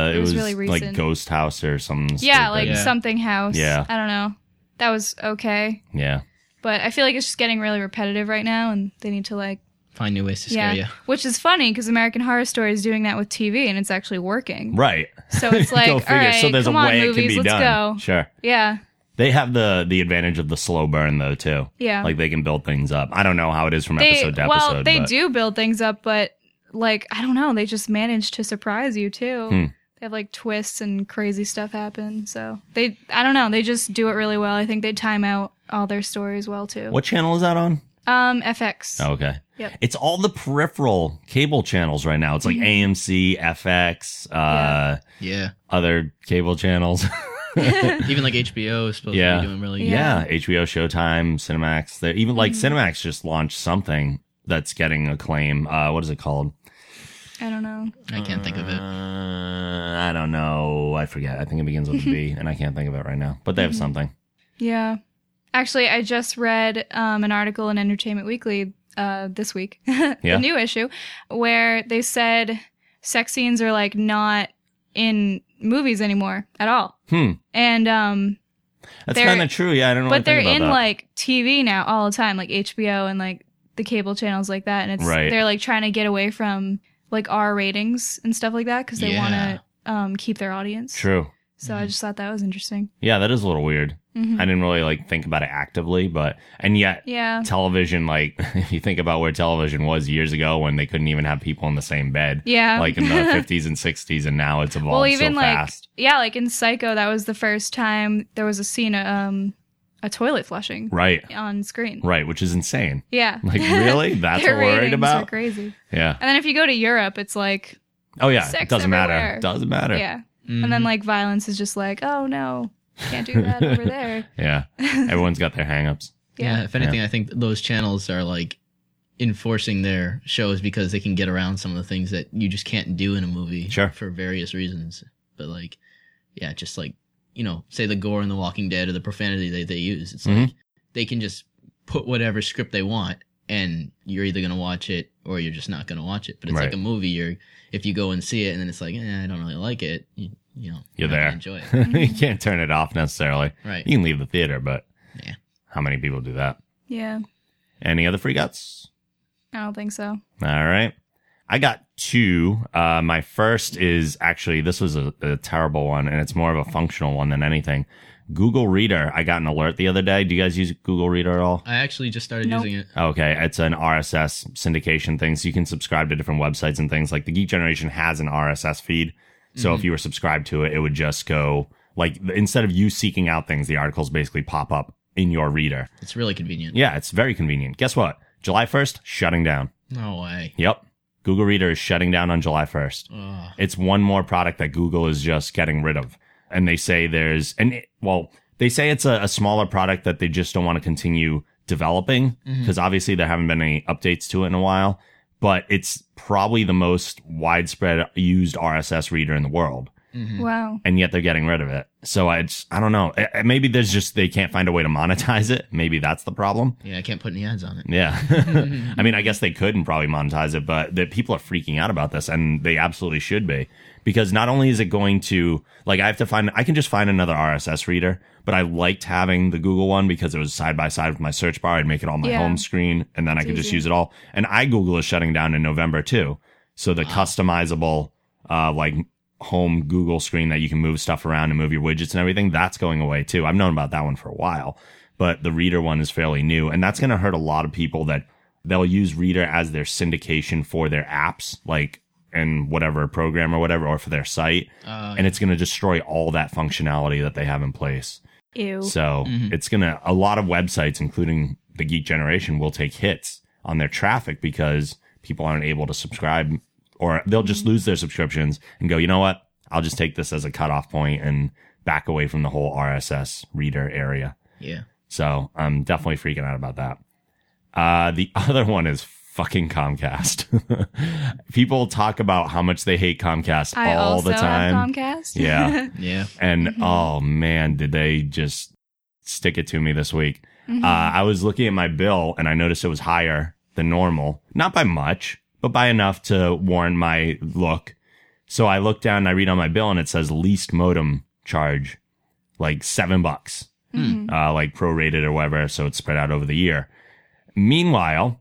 Speaker 4: like it was, really recent.
Speaker 2: like Ghost House or something.
Speaker 4: yeah,
Speaker 2: stupid.
Speaker 4: like
Speaker 3: Yeah.
Speaker 4: something house.
Speaker 2: Yeah.
Speaker 4: I don't know. That was okay,
Speaker 2: yeah.
Speaker 4: but I feel like it's just getting really repetitive right now, and they need to like
Speaker 3: Find new ways to
Speaker 4: yeah,
Speaker 3: scare you.
Speaker 4: which is funny because American Horror Story is doing that with TV, and it's actually working.
Speaker 2: Right.
Speaker 4: So it's like,
Speaker 2: Go
Speaker 4: all
Speaker 2: figure.
Speaker 4: right,
Speaker 2: so there's
Speaker 4: come
Speaker 2: a
Speaker 4: on,
Speaker 2: way
Speaker 4: movies,
Speaker 2: it can be
Speaker 4: let's
Speaker 2: done.
Speaker 4: go.
Speaker 2: Sure.
Speaker 4: Yeah,
Speaker 2: They have the the advantage of the slow burn though too.
Speaker 4: Yeah.
Speaker 2: Like they can build things up. I don't know how it is from
Speaker 4: they
Speaker 2: episode to
Speaker 4: well,
Speaker 2: episode.
Speaker 4: they
Speaker 2: but-
Speaker 4: do build things up, but like I don't know, they just manage to surprise you too.
Speaker 2: Hmm.
Speaker 4: They have like twists and crazy stuff happen. So they, I don't know, they just do it really well. I think they time out all their stories well too.
Speaker 2: What channel is that on?
Speaker 4: Um, FX.
Speaker 2: Oh, okay.
Speaker 4: Yep. Mm-hmm.
Speaker 2: It's all the peripheral cable channels right now. It's like AMC, FX, uh,
Speaker 4: Yeah.
Speaker 3: Yeah.
Speaker 2: other cable channels.
Speaker 3: Even like HBO is supposed
Speaker 2: Yeah.
Speaker 3: to be doing really good.
Speaker 2: yeah.
Speaker 4: Yeah. Mm-hmm.
Speaker 2: HBO, Showtime, Cinemax. They even like Cinemax just launched something that's getting acclaim. Uh, what is it called?
Speaker 4: I don't know.
Speaker 3: I can't think of it.
Speaker 2: Uh, I don't know. I forget. I think it begins with a B, and I can't think of it right now. But
Speaker 4: Mm-hmm.
Speaker 2: they have something.
Speaker 4: Yeah. Actually, I just read um, an article in Entertainment Weekly uh, this week,
Speaker 2: Yeah.
Speaker 4: the new issue, where they said sex scenes are like not in movies anymore at all.
Speaker 2: Hmm.
Speaker 4: And, um,
Speaker 2: That's
Speaker 4: They're-
Speaker 2: kind of true. Yeah, I don't know.
Speaker 4: but they're
Speaker 2: think about
Speaker 4: in
Speaker 2: that.
Speaker 4: like TV now all the time, like HBO and like the cable channels like that. And it's,
Speaker 2: Right.
Speaker 4: they're like trying to get away from like R ratings and stuff like that because they want to um, keep their audience.
Speaker 2: true.
Speaker 4: So I just thought that was interesting.
Speaker 2: Yeah, that is a little weird.
Speaker 4: Mhm.
Speaker 2: I didn't really like think about it actively, but and yet
Speaker 4: Yeah.
Speaker 2: television, like if you think about where television was years ago when they couldn't even have people in the same bed,
Speaker 4: Yeah.
Speaker 2: like in the fifties and sixties, and now it's evolved
Speaker 4: well even
Speaker 2: so
Speaker 4: like
Speaker 2: fast.
Speaker 4: yeah like in psycho that was the first time there was a scene uh, um a toilet flushing
Speaker 2: Right,
Speaker 4: on screen
Speaker 2: right, which is insane.
Speaker 4: yeah
Speaker 2: Like really, that's
Speaker 4: Their
Speaker 2: what we're worried
Speaker 4: ratings are
Speaker 2: about.
Speaker 4: crazy
Speaker 2: Yeah.
Speaker 4: and then if you go to europe it's like
Speaker 2: Oh yeah, it
Speaker 4: Sex
Speaker 2: doesn't matter.
Speaker 4: everywhere.
Speaker 2: Doesn't matter.
Speaker 4: yeah and
Speaker 3: Mm-hmm.
Speaker 4: then like violence is just like oh no can't do that over there
Speaker 2: Yeah. Everyone's got their hangups.
Speaker 3: Yeah.
Speaker 4: yeah
Speaker 3: if anything, I think those channels are like enforcing their shows because they can get around some of the things that you just can't do in a movie
Speaker 2: Sure.
Speaker 3: for various reasons. But like, yeah, just like, you know, say the gore in The Walking Dead or the profanity that they use. It's
Speaker 2: Mm-hmm.
Speaker 3: like they can just put whatever script they want and you're either going to watch it or you're just not going to watch it. But it's
Speaker 2: Right.
Speaker 3: like a movie. You're, if you go and see it and then it's like, eh, I don't really like it, you, you know,
Speaker 2: You're
Speaker 3: not gonna
Speaker 2: there.
Speaker 3: Enjoy it.
Speaker 2: you can't turn it off necessarily.
Speaker 3: Right.
Speaker 2: You can leave the theater, but
Speaker 3: Yeah.
Speaker 2: how many people do that?
Speaker 4: yeah
Speaker 2: Any other freakouts?
Speaker 4: i don't think so
Speaker 2: All right. I got two. Uh, my first is actually, this was a, a terrible one, and it's more of a functional one than anything. Google Reader. I got an alert the other day. Do you guys use Google Reader at all?
Speaker 3: I actually just started
Speaker 4: Nope.
Speaker 3: using it.
Speaker 2: Okay, it's an RSS syndication thing, so you can subscribe to different websites and things. Like the Geek Generation has an RSS feed, so if you were subscribed to it, it would just go like th- instead of you seeking out things, the articles basically pop up in your reader.
Speaker 3: It's really convenient.
Speaker 2: Yeah, it's very convenient. Guess what? July first, shutting down.
Speaker 3: No way.
Speaker 2: Yep, Google Reader is shutting down on July first.
Speaker 3: Ugh.
Speaker 2: It's one more product that Google is just getting rid of. And they say there's, and it, well, they say it's a, a smaller product that they
Speaker 3: Hmm. Mm-hmm.
Speaker 2: just don't want to continue developing because obviously there haven't been any updates to it in a while. but it's probably the most widespread used RSS reader in the world.
Speaker 3: Mm-hmm. Mm.
Speaker 4: Wow.
Speaker 2: And yet they're getting rid of it. So I just, I don't know. Eh, eh, Maybe there's just, they can't find a way to monetize it. Maybe that's the problem.
Speaker 3: Yeah, I can't put any ads on it.
Speaker 2: Yeah. I mean, I guess they could and probably monetize it, but the people are freaking out about this and they absolutely should be because not only is it going to like, I have to find, I can just find another RSS reader, but I liked having the Google one because it was side by side with my search bar. I'd make it all my
Speaker 4: Yeah.
Speaker 2: home screen and then I could just
Speaker 4: easy.
Speaker 2: use it all. And iGoogle is shutting down in November too. So the customizable, uh, like home Google screen that you can move stuff around and move your widgets and everything, that's going away too. I've known about that one for a while, but the reader one is fairly new and that's going to hurt a lot of people that they'll use reader as their syndication for their apps, like in whatever program or whatever, or for their site.
Speaker 3: Uh,
Speaker 2: And it's going to destroy all that functionality that they have in place.
Speaker 4: Ew.
Speaker 2: So
Speaker 3: Mhm.
Speaker 2: it's gonna a lot of websites, including the Geek Generation, will take hits on their traffic because people aren't able to subscribe, or they'll
Speaker 4: Mm-hmm.
Speaker 2: just lose their subscriptions and go, you know what? I'll just take this as a cutoff point and back away from the whole RSS reader area.
Speaker 3: yeah.
Speaker 2: So I'm definitely freaking out about that. Uh, the other one is fucking Comcast. people talk about how much they hate Comcast
Speaker 4: I
Speaker 2: all
Speaker 4: also
Speaker 2: the time.
Speaker 4: have Comcast. Mm-hmm.
Speaker 2: Yeah.
Speaker 3: Yeah.
Speaker 2: And oh man, did they just stick it to me this week?
Speaker 4: Mm-hmm.
Speaker 2: Uh, I was looking at my bill and I noticed it was higher than normal, not by much, but by enough to warrant my look. So I look down and I read on my bill and it says least modem charge, like seven bucks,
Speaker 4: Mhm.
Speaker 2: uh, like prorated or whatever. So it's spread out over the year. Meanwhile,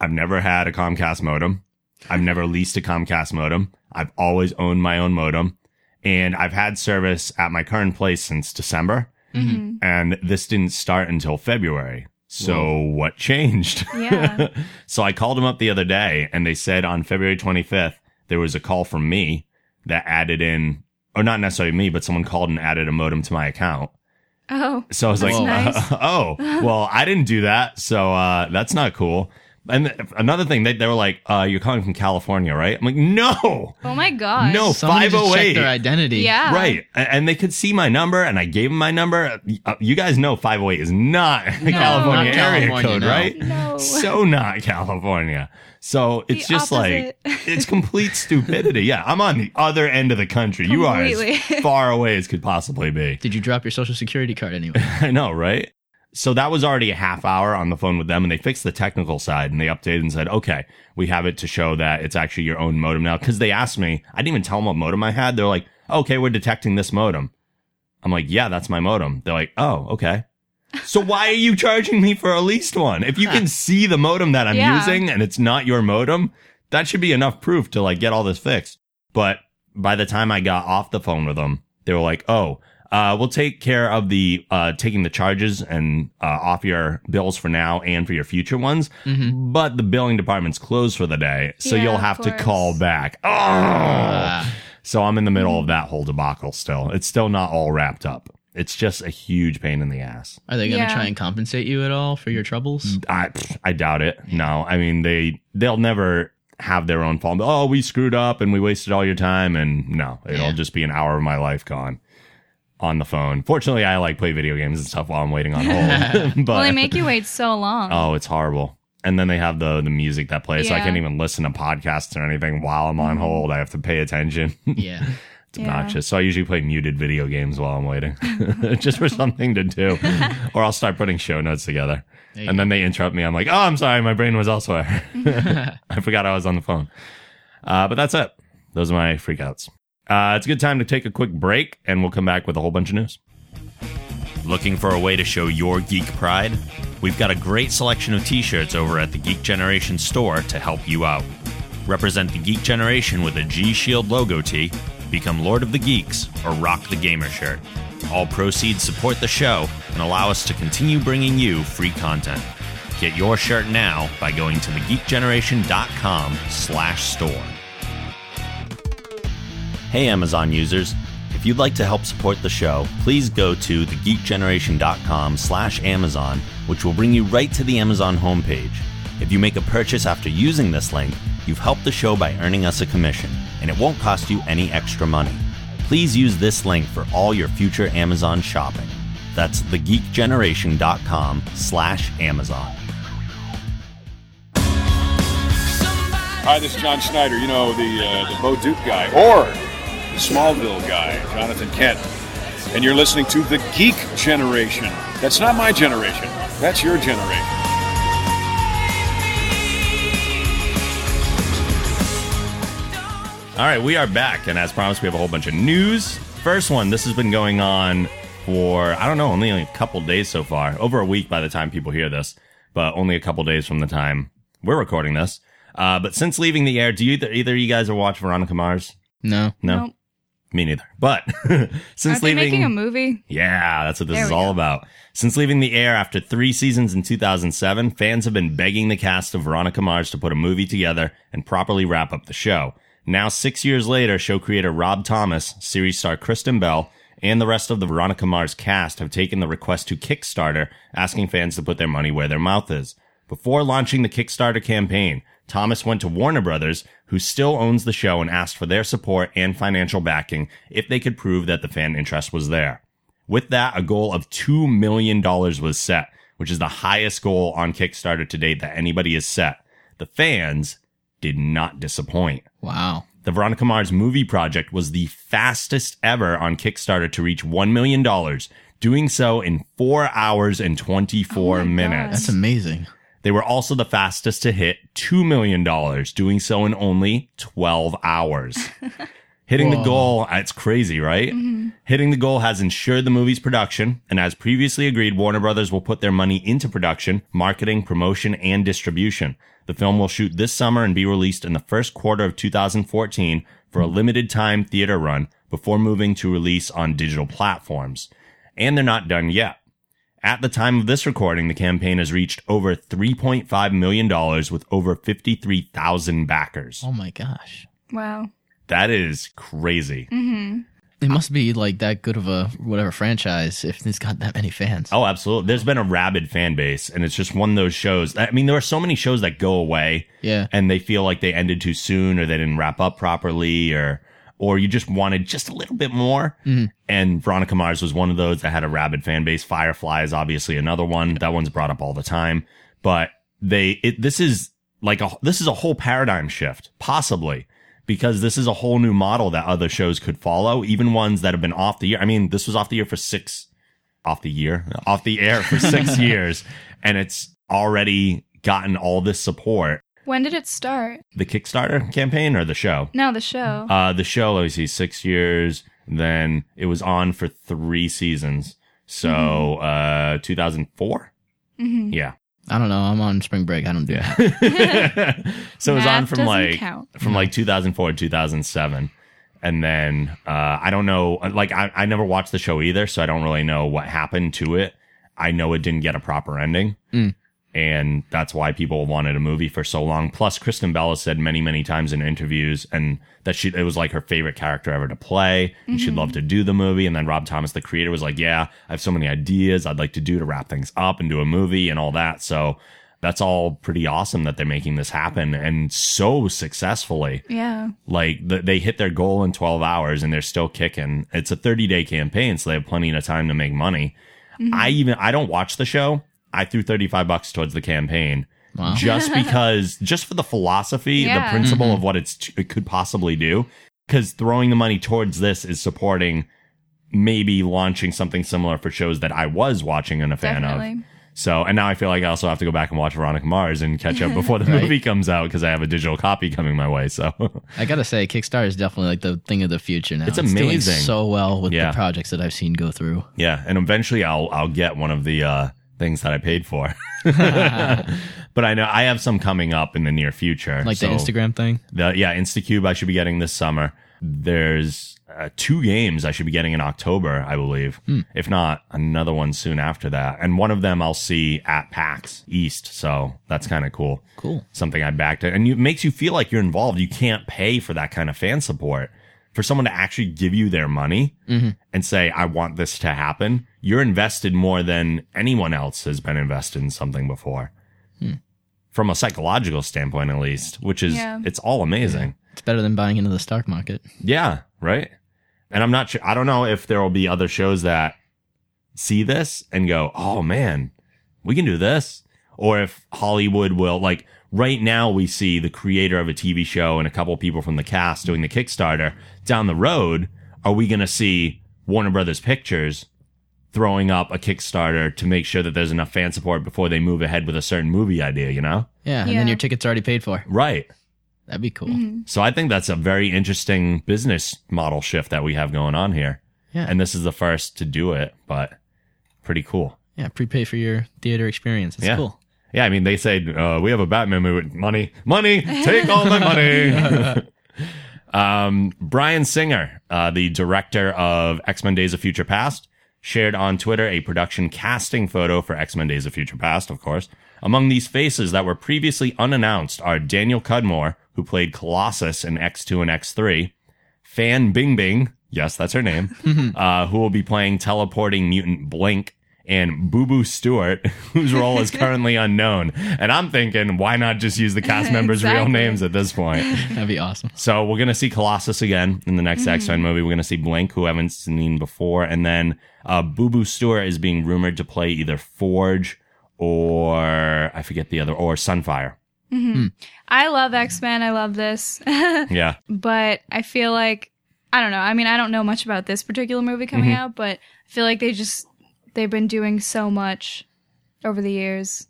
Speaker 2: I've never had a Comcast modem. I've never leased a Comcast modem. I've always owned my own modem. And I've had service at my current place since December.
Speaker 4: Mhm.
Speaker 2: And this didn't start until February. So what changed?
Speaker 4: Yeah.
Speaker 2: so I called them up the other day and they said on February 25th, there was a call from me that added in, or not necessarily me, but someone called and added a modem to my account.
Speaker 4: Oh.
Speaker 2: So I was
Speaker 4: That's
Speaker 2: like,
Speaker 4: nice.
Speaker 2: oh, well, I didn't do that. So uh, that's not cool. And th- another thing, they, they were like, uh, you're calling from California, right? I'm like, no,
Speaker 4: Oh my god.
Speaker 2: No.
Speaker 3: Somebody just checked
Speaker 2: 508.
Speaker 3: their identity.
Speaker 4: Yeah.
Speaker 2: right. A- And they could see my number and I gave them my number. Uh, You guys know 508 is not a California
Speaker 3: Not
Speaker 2: area
Speaker 3: California,
Speaker 2: code,
Speaker 3: no.
Speaker 2: right?
Speaker 4: No.
Speaker 2: So not California. So it's
Speaker 4: The
Speaker 2: just like,
Speaker 4: opposite.
Speaker 2: it's complete stupidity. Yeah, I'm on the other end of the country. You are
Speaker 4: Completely.
Speaker 2: as far away as could possibly be.
Speaker 3: Did you drop your social security card anyway?
Speaker 2: I know, right? So that was already a half hour on the phone with them, and they fixed the technical side and they updated and said, okay, we have it to show that it's actually your own modem now. Cause they asked me, I didn't even tell them what modem I had. They're like, okay, we're detecting this modem. I'm like, yeah, that's my modem. They're like, oh, okay. So why are you charging me for a leased one? If you can see the modem that I'm
Speaker 4: Yeah.
Speaker 2: using and it's not your modem, that should be enough proof to like get all this fixed. But by the time I got off the phone with them, they were like, "Oh, uh, we'll take care of the uh, taking the charges and uh, off your bills for now and for your future ones,
Speaker 3: Mm-hmm.
Speaker 2: but the billing department's closed for the day, so
Speaker 4: Yeah,
Speaker 2: you'll
Speaker 4: of
Speaker 2: have to
Speaker 4: course.
Speaker 2: call back." Oh,
Speaker 3: Ah.
Speaker 2: so I'm in the middle of that whole debacle still. It's still not all wrapped up. It's just a huge pain in the ass.
Speaker 3: Are they going to
Speaker 4: Yeah.
Speaker 3: try and compensate you at all for your troubles?
Speaker 2: I pff, I doubt it. No, I mean they they'll never have their own fault. Oh, we screwed up and we wasted all your time, and no, it'll
Speaker 3: Yeah.
Speaker 2: just be an hour of my life gone on the phone. Fortunately, I like play video games and stuff while I'm waiting on hold. but
Speaker 4: Well, they make you wait so long.
Speaker 2: oh, it's horrible. And then they have the the music that plays, so I
Speaker 4: Yeah. Mm.
Speaker 2: can't even listen to podcasts or anything while I'm on hold. I have to pay attention.
Speaker 3: Yeah.
Speaker 2: It's
Speaker 4: Yeah.
Speaker 2: obnoxious. So I usually play muted video games while I'm waiting, just for something to do. or I'll start putting show notes together.
Speaker 3: There you
Speaker 2: And then they interrupt me. I'm like, oh, I'm sorry. My brain was elsewhere. I forgot I was on the phone. Uh, but that's it. Those are my freakouts. Uh, it's a good time to take a quick break, and we'll come back with a whole bunch of news. Looking for a way to show your geek pride? We've got a great selection of t shirts over at the Geek Generation store to help you out. Represent the Geek Generation with a G Shield logo tee, become Lord of the Geeks, or rock the gamer shirt. All proceeds support the show and allow us to continue bringing you free content. Get your shirt now by going to thegeekgeneration.com slash store. Hey, Amazon users. If you'd like to help support the show, please go to thegeekgeneration.com slash Amazon, which will bring you right to the Amazon homepage. If you make a purchase after using this link, you've helped the show by earning us a commission, and it won't cost you any extra money. Please use this link for all your future Amazon shopping. That's thegeekgeneration.com slash Amazon.
Speaker 5: Somebody
Speaker 6: Hi, this is John Schneider, you know, the, uh, the Bo Duke guy, or the Smallville guy, Jonathan Kent. And you're listening to The Geek Generation. That's not my generation, that's your generation.
Speaker 2: All right, we are back, and as promised, we have a whole bunch of news. First one, this has been going on for I don't know, only a couple days so far, over a week by the time people hear this, but only a couple days from the time we're recording this. Uh, but since leaving the air, do you either you guys ever watch Veronica Mars?
Speaker 3: No.
Speaker 2: No,
Speaker 4: Nope.
Speaker 2: me neither. But since
Speaker 4: Aren't they
Speaker 2: leaving,
Speaker 4: making a movie?
Speaker 2: yeah, that's what this
Speaker 4: There
Speaker 2: is
Speaker 4: we
Speaker 2: all
Speaker 4: go.
Speaker 2: about. Since leaving the air after three seasons in 2007, fans have been begging the cast of Veronica Mars to put a movie together and properly wrap up the show. Now, six years later, show creator Rob Thomas, series star Kristen Bell, and the rest of the Veronica Mars cast have taken the request to Kickstarter, asking fans to put their money where their mouth is. Before launching the Kickstarter campaign, Thomas went to Warner Brothers, who still owns the show, and asked for their support and financial backing if they could prove that the fan interest was there. With that, a goal of $2 million was set, which is the highest goal on Kickstarter to date that anybody has set. The fans did not disappoint.
Speaker 3: Wow.
Speaker 2: The Veronica Mars movie project was the fastest ever on Kickstarter to reach $1 million, doing so in four hours and 24
Speaker 4: Oh my God.
Speaker 2: minutes.
Speaker 3: That's amazing.
Speaker 2: They were also the fastest to hit $2 million, doing so in only 12 hours. Hitting the
Speaker 3: Whoa. Mm-hmm.
Speaker 2: goal, uh, it's crazy, right? Hitting the goal has ensured the movie's production, and as previously agreed, Warner Brothers will put their money into production, marketing, promotion, and distribution. The film will shoot this summer and be released in the first quarter of 2014 for a limited time theater run before moving to release on digital platforms. And they're not done yet. At the time of this recording, the campaign has reached over $3.5 million with over 53,000 backers.
Speaker 3: Oh my gosh.
Speaker 4: Wow.
Speaker 2: That is crazy.
Speaker 3: It must be like that good of a whatever franchise if it's got that many fans.
Speaker 2: Oh, absolutely. There's been a rabid fan base, and it's just one of those shows. I mean, there are so many shows that go away
Speaker 3: Yeah.
Speaker 2: and they feel like they ended too soon or they didn't wrap up properly or or you just wanted just a little bit more. And Veronica Mars was one of those that had a rabid fan base. Firefly is obviously another one. That one's brought up all the time. But they it this is like a this is a whole paradigm shift, possibly. Because this is a whole new model that other shows could follow, even ones that have been off the year. I mean, this was off the year for six off the year, off the air for six years, and it's already gotten all this support
Speaker 4: When did it start?
Speaker 2: the Kickstarter campaign or the show?
Speaker 4: No, the show.
Speaker 2: Uh, the show, let me see, six years. Then it was on for three seasons. So,
Speaker 4: Mm-hmm.
Speaker 2: uh, 2004?
Speaker 4: hmm
Speaker 2: Yeah.
Speaker 3: I don't know. I'm on spring break. I don't do
Speaker 2: Yeah.
Speaker 3: that.
Speaker 2: so it was on
Speaker 4: Math
Speaker 2: from
Speaker 4: doesn't
Speaker 2: like,
Speaker 4: count.
Speaker 2: from like 2004 to 2007. And then, uh, I don't know, like, I, I never watched the show either. So I don't really know what happened to it. I know it didn't get a proper ending.
Speaker 3: Mm.
Speaker 2: And that's why people wanted a movie for so long. Plus, Kristen Bell has said many, many times in interviews and that she it was like her favorite character ever to play, and she'd love to do the movie. And then Rob Thomas, the creator, was like, "Yeah, I have so many ideas I'd like to do to wrap things up and do a movie and all that." So that's all pretty awesome that they're making this happen and so successfully.
Speaker 4: Yeah.
Speaker 2: Like th- they hit their goal in 12 hours and they're still kicking. It's a 30 day campaign, so they have plenty of time to make money.
Speaker 4: Mm-hmm.
Speaker 2: I even I don't watch the show. I threw 35 bucks towards the campaign
Speaker 3: Wow.
Speaker 2: just because just for the philosophy, the
Speaker 4: Yeah.
Speaker 2: principle
Speaker 3: Mm-hmm.
Speaker 2: of what it's it could possibly do cuz throwing the money towards this is supporting maybe launching something similar for shows that I was watching and a fan of.
Speaker 4: Definitely.
Speaker 2: So, and now I feel like I also have to go back and watch Veronica Mars and catch up before the
Speaker 3: Right.
Speaker 2: movie comes out because I have a digital copy coming my way. So,
Speaker 3: I gotta say, Kickstarter is definitely like the thing of the future now.
Speaker 2: It's
Speaker 3: doing
Speaker 2: amazing.
Speaker 3: so well with
Speaker 2: Yeah.
Speaker 3: the projects that I've seen go through.
Speaker 2: yeah, and eventually I'll I'll get one of the uh, things that I paid for. but I know I have some coming up in the near future,
Speaker 3: Like the
Speaker 2: so-
Speaker 3: Instagram thing.
Speaker 2: The, yeah, InstaCube I should be getting this summer. There's uh, two games I should be getting in October, I believe.
Speaker 3: Hmm.
Speaker 2: If not, another one soon after that. And one of them I'll see at PAX East. So that's kind of cool.
Speaker 3: Cool.
Speaker 2: Something I backed it. And it makes you feel like you're involved. You can't pay for that kind of fan support. For someone to actually give you their money and say, I want this to happen, you're invested more than anyone else has been invested in something before. From a psychological standpoint, at least, which is,
Speaker 4: Yeah.
Speaker 2: it's all amazing.
Speaker 3: It's better than buying into the stock market.
Speaker 2: Yeah, right. And I'm not sure. I don't know if there will be other shows that see this and go, "Oh man, we can do this," or if Hollywood will like right now we see the creator of a TV show and a couple people from the cast doing the Kickstarter down the road are we going to see Warner Brothers Pictures throwing up a Kickstarter to make sure that there's enough fan support before they move ahead with a certain movie idea, you know?
Speaker 3: Yeah, and then
Speaker 4: Yeah.
Speaker 3: your ticket's already paid for.
Speaker 2: Right.
Speaker 3: That'd be cool.
Speaker 2: So I think that's a very interesting business model shift that we have going on here.
Speaker 3: Yeah.
Speaker 2: And this is the first to do it, but pretty cool.
Speaker 3: Yeah, prepay for your theater experience. It's
Speaker 2: Yeah.
Speaker 3: cool.
Speaker 2: Yeah, I mean, they say uh, we have a Batman movie. with Money, money, take all my money. um, Brian Singer, uh, the director of X Men: Days of Future Past, shared on Twitter a production casting photo for X Men: Days of Future Past. Of course, among these faces that were previously unannounced are Daniel Cudmore, who played Colossus in X Two and X Three, Fan Bing Bing, yes, that's her name, uh, who will be playing teleporting mutant Blink, and Boo Boo Stewart, whose role is currently unknown. And I'm thinking, why not just use the cast members' real
Speaker 4: Exactly.
Speaker 2: names at this point?
Speaker 3: That'd be awesome.
Speaker 2: So we're gonna see Colossus again in the next
Speaker 4: Mm-hmm.
Speaker 2: X Men movie. We're gonna see Blink, who I haven't seen before, and then uh, Boo Boo Stewart is being rumored to play either Forge or I forget the other, or Sunfire.
Speaker 4: I love X Men. I love this.
Speaker 2: Yeah,
Speaker 4: but I feel like I don't know. I mean, I don't know much about this particular movie
Speaker 2: Mm-hmm.
Speaker 4: coming out, but I feel like they just they've been doing so much over the years.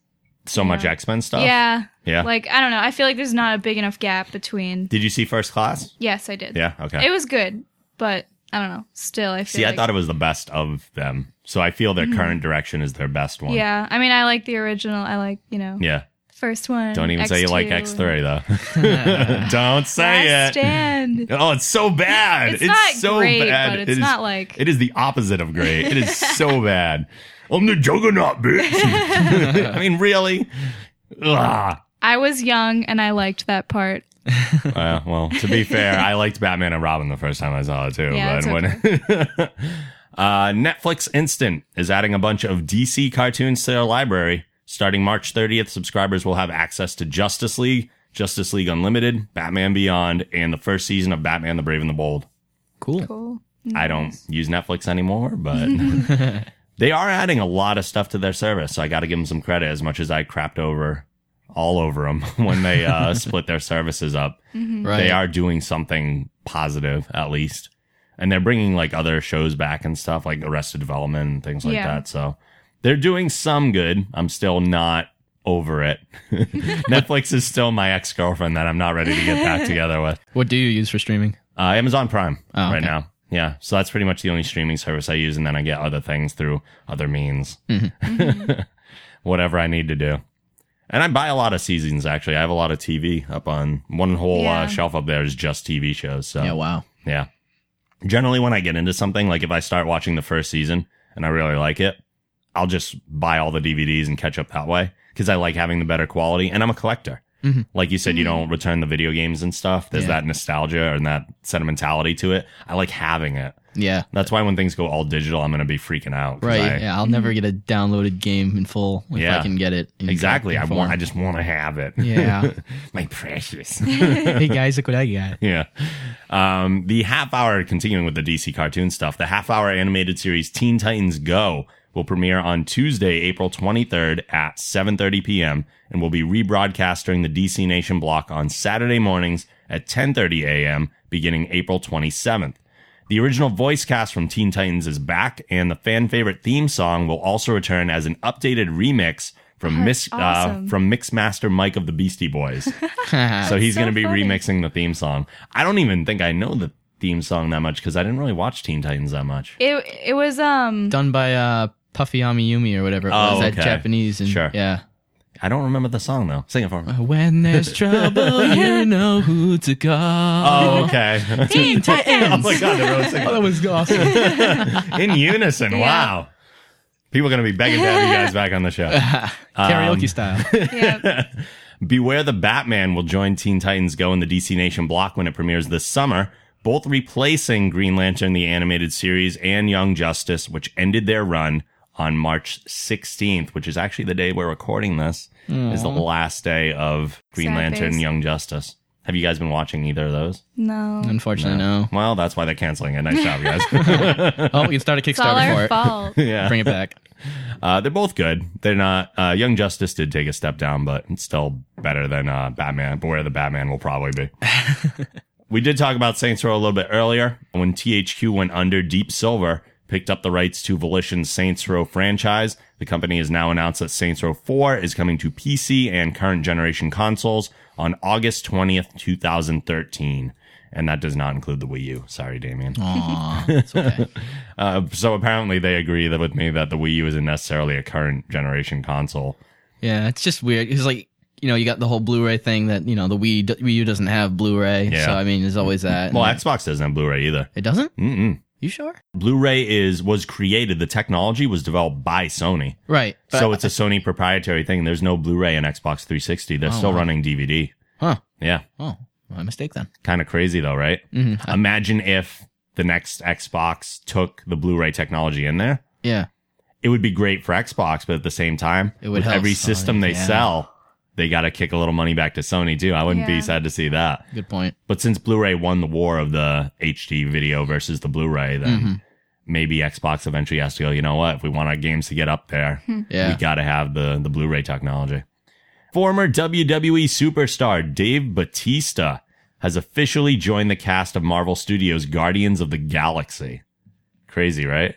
Speaker 2: so much X Men stuff.
Speaker 4: Yeah.
Speaker 2: yeah.
Speaker 4: Like I don't know. I feel like there's not a big enough gap between.
Speaker 2: Did you see First Class?
Speaker 4: Yes, I did.
Speaker 2: Yeah. Okay.
Speaker 4: It was good, but I don't know. Still, I feel
Speaker 2: see,
Speaker 4: like
Speaker 2: I thought it was the best of them, so I feel their current direction is their best one.
Speaker 4: Mm-hmm. Yeah. I mean, I like the original. I like, you know,
Speaker 2: Yeah.
Speaker 4: first one.
Speaker 2: Don't even say you like
Speaker 4: X2,
Speaker 2: X3 though. Don't say
Speaker 4: Last
Speaker 2: it.
Speaker 4: Stand.
Speaker 2: Oh, it's so bad.
Speaker 4: It's not
Speaker 2: so
Speaker 4: great,
Speaker 2: bad.
Speaker 4: but
Speaker 2: It
Speaker 4: it's
Speaker 2: is-
Speaker 4: not like-
Speaker 2: It is the opposite of great. It is so bad. I'm the juggernaut, bitch. I mean, really? Ugh.
Speaker 4: I was young and I liked that part.
Speaker 2: Uh, well, to be fair, I liked Batman and Robin the first time I saw it too.
Speaker 4: Yeah,
Speaker 2: but when uh, Netflix Instant is adding a bunch of DC cartoons to their library. Starting March 30th, subscribers will have access to Justice League, Justice League Unlimited, Batman Beyond, and the first season of Batman the Brave and the Bold.
Speaker 3: Cool.
Speaker 4: Cool.
Speaker 2: I don't use Netflix anymore, but they are adding a lot of stuff to their service. So I got to give them some credit as much as I crapped over all over them when they uh, split their services up.
Speaker 3: Right.
Speaker 2: They are doing something positive, at least. And they're bringing like other shows back and stuff, like Arrested Development and things like
Speaker 4: Yeah.
Speaker 2: that. So they're doing some good. I'm still not over it. Netflix is still my ex girlfriend that I'm not ready to get back together with.
Speaker 3: What do you use for streaming?
Speaker 2: Uh, Amazon Prime
Speaker 3: Oh,
Speaker 2: right
Speaker 3: okay.
Speaker 2: now. Yeah. So that's pretty much the only streaming service I use. And then I get other things through other means,
Speaker 3: Mm-hmm.
Speaker 2: whatever I need to do. And I buy a lot of seasons, actually. I have a lot of TV up on one whole
Speaker 4: Yeah.
Speaker 2: uh, shelf up there is just TV shows. So,
Speaker 3: Yeah,
Speaker 2: yeah.
Speaker 3: wow.
Speaker 2: Generally, when I get into something, like if I start watching the first season and I really like it, I'll just buy all the DVDs and catch up that way because I like having the better quality. And I'm a collector.
Speaker 3: Mhm.
Speaker 2: Like you said, you don't return the video games and stuff. There's
Speaker 3: Yeah.
Speaker 2: that nostalgia and that sentimentality to it. I like having it.
Speaker 3: Yeah.
Speaker 2: That's why when things go all digital, I'm going to be freaking out. 'cause
Speaker 3: Right.
Speaker 2: I-
Speaker 3: yeah, I'll never get a downloaded game in full if
Speaker 2: Yeah.
Speaker 3: I can get it. in
Speaker 2: Exactly. I
Speaker 3: form.
Speaker 2: want. I just want to have it.
Speaker 3: Yeah.
Speaker 2: My precious.
Speaker 3: hey guys, look what I got.
Speaker 2: yeah. Um, the half hour, continuing with the DC cartoon stuff, the half hour animated series Teen Titans Go will premiere on Tuesday, April 23rd at 7.30 p.m. and will be rebroadcast during the DC Nation block on Saturday mornings at 10.30 a.m. beginning April 27th. The original voice cast from Teen Titans is back, and the fan favorite theme song will also return as an updated remix from Miss uh,
Speaker 4: awesome.
Speaker 2: from Mixmaster Mike of the Beastie Boys. So he's
Speaker 4: so
Speaker 2: going to be
Speaker 4: funny.
Speaker 2: remixing the theme song. I don't even think I know the theme song that much because I didn't really watch Teen Titans that much.
Speaker 4: It it was um
Speaker 3: Done by uh, Puffy Amiyumi or whatever it
Speaker 2: Oh,
Speaker 3: was.
Speaker 2: okay.
Speaker 3: That Japanese and
Speaker 2: Sure.
Speaker 3: yeah.
Speaker 2: I don't remember the song though. Sing it for me.
Speaker 3: When there's trouble, you know who to
Speaker 2: Oh,
Speaker 3: call.
Speaker 2: okay.
Speaker 3: Teen
Speaker 2: oh
Speaker 3: Titans.
Speaker 2: my god, they're really singing
Speaker 3: that was awesome.
Speaker 2: in unison. Wow. People are going to be begging to have you guys back on the show. Um,
Speaker 3: Karaoke style.
Speaker 4: yeah,
Speaker 2: Beware the Batman will join Teen Titans Go in the DC Nation block when it premieres this summer, both replacing Green Lantern the animated series and Young Justice, which ended their run on March 16th, which is actually the day we're recording this, is the last day of Green
Speaker 4: Sad
Speaker 2: Lantern
Speaker 4: face.
Speaker 2: Young Justice. Have you guys been watching either of those?
Speaker 4: no.
Speaker 3: Unfortunately, no.
Speaker 2: Well, that's why they're canceling it. Nice job, guys.
Speaker 3: Oh, we can start a
Speaker 4: It's all
Speaker 3: Kickstarter
Speaker 4: our
Speaker 3: for it.
Speaker 4: fault.
Speaker 2: yeah.
Speaker 3: Bring it back.
Speaker 2: Uh, they're both good. They're not. Uh, Young Justice did take a step down, but it's still better than uh, Batman. But where the Batman will probably be. we did talk about Saints Row a little bit earlier. When THQ went under, Deep Silver picked up the rights to Volition's Saints Row franchise. The company has now announced that Saints Row 4 is coming to PC and current generation consoles on August 20th, 2013. And that does not include the Wii U. Sorry, Damien.
Speaker 3: Aw, it's okay.
Speaker 2: Uh, so apparently they agree that with me that the Wii U isn't necessarily a current generation console.
Speaker 3: Yeah, it's just weird. It's like you know, you got the whole Blu-ray thing that you know the Wii, d- Wii U doesn't have Blu-ray.
Speaker 2: Yeah.
Speaker 3: So I mean, there's always that.
Speaker 2: Well,
Speaker 3: And
Speaker 2: Xbox doesn't have Blu-ray either.
Speaker 3: it doesn't.
Speaker 2: Mm-mm.
Speaker 3: You sure?
Speaker 2: Blu-ray is was created. The technology was developed by Sony,
Speaker 3: Right. But,
Speaker 2: so it's a Sony proprietary thing. There's no Blu-ray in Xbox 360. They're still
Speaker 3: Oh, wow.
Speaker 2: running DVD.
Speaker 3: huh?
Speaker 2: Yeah,
Speaker 3: Oh, my mistake then.
Speaker 2: kind of crazy though, right?
Speaker 3: Mm-hmm.
Speaker 2: Imagine if the next Xbox took the Blu-ray technology in there.
Speaker 3: yeah.
Speaker 2: It would be great for Xbox, but at the same time,
Speaker 3: It would
Speaker 2: with
Speaker 3: help
Speaker 2: every
Speaker 3: Sony,
Speaker 2: system they
Speaker 3: yeah.
Speaker 2: sell, they got to kick a little money back to Sony too. I wouldn't
Speaker 4: Yeah.
Speaker 2: be sad to see that.
Speaker 3: Good point.
Speaker 2: But since Blu-ray won the war of the HD video versus the Blu-ray, then maybe Xbox eventually has to go. You know what? If we want our games to get up there,
Speaker 3: Yeah.
Speaker 2: we got to have the the Blu-ray technology. Former WWE superstar Dave Batista has officially joined the cast of Marvel Studios' Guardians of the Galaxy. Crazy, right?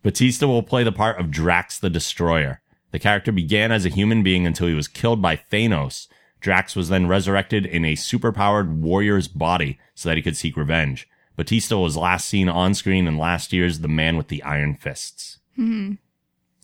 Speaker 2: Batista will play the part of Drax the Destroyer. The character began as a human being until he was killed by Thanos. Drax was then resurrected in a superpowered warrior's body so that he could seek revenge. Batista was last seen on screen in last year's The Man with the Iron Fists.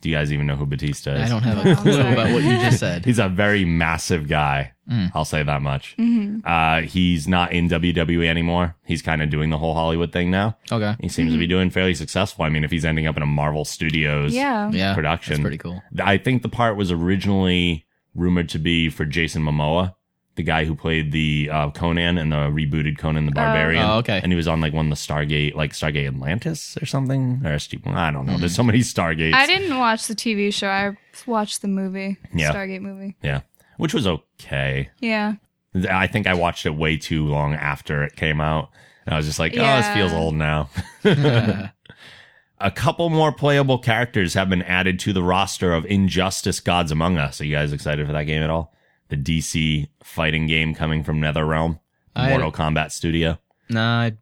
Speaker 2: Do you guys even know who Batista is?
Speaker 3: I don't have a clue
Speaker 4: sorry.
Speaker 3: about what you just said.
Speaker 2: He's a very massive guy.
Speaker 3: Hmm.
Speaker 2: I'll say that much. Uh, he's not in WWE anymore. He's kind of doing the whole Hollywood thing now.
Speaker 3: Okay.
Speaker 2: He seems to
Speaker 4: Mm-hmm.
Speaker 2: be doing fairly successful. I mean, if he's ending up in a Marvel Studios
Speaker 4: Yeah.
Speaker 3: Yeah.
Speaker 2: production,
Speaker 3: That's pretty cool.
Speaker 2: I think the part was originally rumored to be for Jason Momoa, the guy who played the uh, Conan and the rebooted Conan the Barbarian.
Speaker 3: Oh, okay.
Speaker 2: And he was on like one of the Stargate, like Stargate Atlantis or something, or SG. I don't know. There's so many Stargates.
Speaker 4: I didn't watch the TV show. I watched the movie,
Speaker 2: Yeah.
Speaker 4: Stargate movie.
Speaker 2: yeah, which was okay.
Speaker 4: Yeah.
Speaker 2: I think I watched it way too long after it came out. And I was just like, oh, this
Speaker 4: Yeah.
Speaker 2: feels old now. A couple more playable characters have been added to the roster of Injustice Gods Among Us. Are you guys excited for that game at all? The DC fighting game coming from NetherRealm,
Speaker 3: I-
Speaker 2: Mortal Kombat Studio.
Speaker 3: Nah, I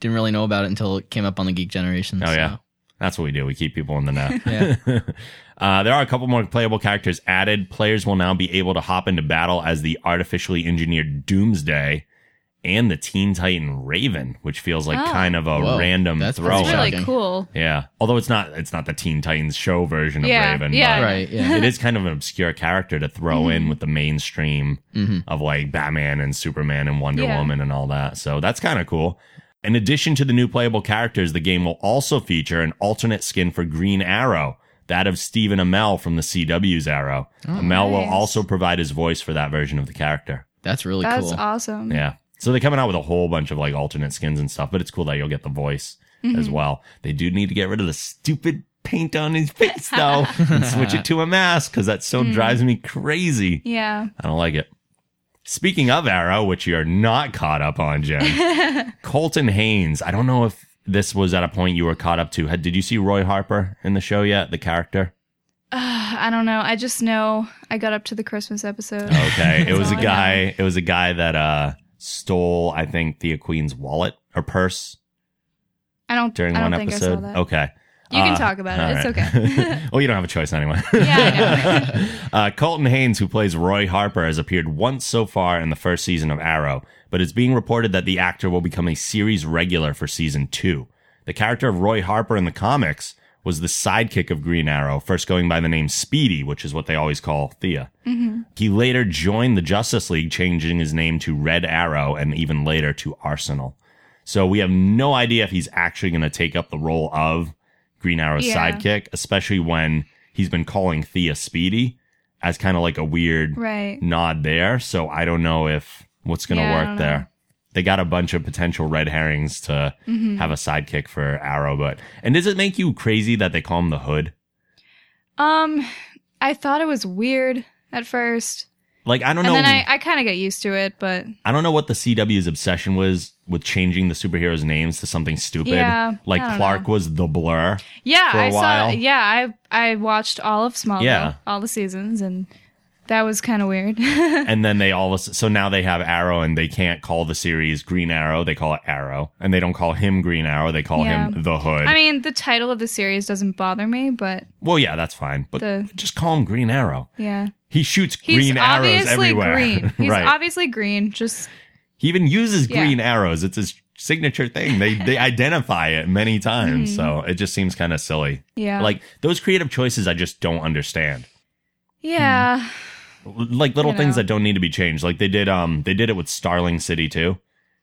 Speaker 3: didn't really know about it until it came up on the Geek Generation.
Speaker 2: Oh,
Speaker 3: so.
Speaker 2: yeah. That's what we do. We keep people in the know.
Speaker 3: Yeah.
Speaker 2: uh, there are a couple more playable characters added. Players will now be able to hop into battle as the artificially engineered Doomsday and the Teen Titan Raven, which feels like
Speaker 4: Oh.
Speaker 2: kind of a
Speaker 3: Whoa,
Speaker 2: random
Speaker 3: that's
Speaker 2: throw.
Speaker 4: It's
Speaker 3: Oh,
Speaker 4: really
Speaker 3: okay.
Speaker 4: cool.
Speaker 2: yeah. Although it's not it's not the Teen Titans show version
Speaker 4: Yeah,
Speaker 2: of Raven.
Speaker 4: yeah.
Speaker 2: but
Speaker 3: Right. Yeah.
Speaker 2: it is kind of an obscure character to throw
Speaker 4: Mm-hmm.
Speaker 2: in with the mainstream
Speaker 3: Mhm.
Speaker 2: of like Batman and Superman and Wonder
Speaker 4: Yeah.
Speaker 2: Woman and all that. So that's kind of cool. In addition to the new playable characters, the game will also feature an alternate skin for Green Arrow, that of Stephen Amell from the CW's Arrow. Amell will
Speaker 4: Oh, nice.
Speaker 2: also provide his voice for that version of the character.
Speaker 3: That's really
Speaker 4: That's
Speaker 3: cool.
Speaker 4: awesome.
Speaker 2: Yeah. So they're coming out with a whole bunch of like alternate skins and stuff, but it's cool that you'll get the voice as well. They do need to get rid of the stupid paint on his face though and switch it to a mask because that so drives me crazy.
Speaker 4: Yeah.
Speaker 2: I don't like it. Speaking of Arrow, which you're not caught up on, Jen, Colton Haynes. I don't know if this was at a point you were caught up to. Had- Did you see Roy Harper in the show yet? The character.
Speaker 4: I don't know. I just know I got up to the Christmas episode.
Speaker 2: Oh, Okay, it was
Speaker 4: all
Speaker 2: a
Speaker 4: I know.
Speaker 2: guy. It was a guy that uh stole, I think, Thea Queen's wallet or purse
Speaker 4: I don't.
Speaker 2: during
Speaker 4: I don't
Speaker 2: one
Speaker 4: think
Speaker 2: episode.
Speaker 4: I saw that.
Speaker 2: Okay,
Speaker 4: You can
Speaker 2: Uh,
Speaker 4: talk about
Speaker 2: all
Speaker 4: it. It's
Speaker 2: right.
Speaker 4: okay.
Speaker 2: well, you don't have a choice anyway.
Speaker 4: yeah. I know.
Speaker 2: uh, Colton Haynes, who plays Roy Harper, has appeared once so far in the first season of Arrow, but it's being reported that the actor will become a series regular for season two. The character of Roy Harper in the comics was the sidekick of Green Arrow, first going by the name Speedy, which is what they always call Thea. He later joined the Justice League, changing his name to Red Arrow and even later to Arsenal. So we have no idea if he's actually going to take up the role of Green Arrow's
Speaker 4: Yeah.
Speaker 2: sidekick, especially when he's been calling Thea Speedy as kind of like a weird
Speaker 4: right.
Speaker 2: nod there. So I don't know if what's going to
Speaker 4: Yeah, I don't
Speaker 2: work
Speaker 4: know.
Speaker 2: there. They got a bunch of potential red herrings to
Speaker 4: Mm-hmm.
Speaker 2: have a sidekick for Arrow, but and does it make you crazy that they call him the Hood?
Speaker 4: Um, I thought it was weird at first.
Speaker 2: Like I don't
Speaker 4: And
Speaker 2: know.
Speaker 4: then I, I kind of get used to it, but
Speaker 2: I don't know what the CW's obsession was with changing the superheroes' names to something stupid.
Speaker 4: Yeah,
Speaker 2: like
Speaker 4: I don't
Speaker 2: Clark
Speaker 4: know.
Speaker 2: was the Blur.
Speaker 4: yeah,
Speaker 2: For a
Speaker 4: I
Speaker 2: while.
Speaker 4: saw. Yeah, I I watched all of Smallville,
Speaker 2: Yeah.
Speaker 4: all the seasons, and that was kind of weird.
Speaker 2: and then they all of a s- so now they have Arrow and they can't call the series Green Arrow. They call it Arrow, and they don't call him Green Arrow. They call
Speaker 4: Yeah.
Speaker 2: him the Hood.
Speaker 4: I mean, the title of the series doesn't bother me, but
Speaker 2: well, yeah, that's fine, but
Speaker 4: The-
Speaker 2: just call him Green Arrow.
Speaker 4: yeah,
Speaker 2: He shoots
Speaker 4: he's
Speaker 2: green arrows
Speaker 4: obviously
Speaker 2: everywhere.
Speaker 4: green. He's
Speaker 2: right.
Speaker 4: obviously green. Just
Speaker 2: he even uses
Speaker 4: Yeah.
Speaker 2: green arrows. It's his signature thing. They they identify it many
Speaker 4: Hmm.
Speaker 2: times. So it just seems kind of silly.
Speaker 4: yeah,
Speaker 2: Like those creative choices I just don't understand. hmm.
Speaker 4: yeah,
Speaker 2: L- like little
Speaker 4: You
Speaker 2: things
Speaker 4: know.
Speaker 2: that don't need to be changed. Like they did um they did it with Starling City too.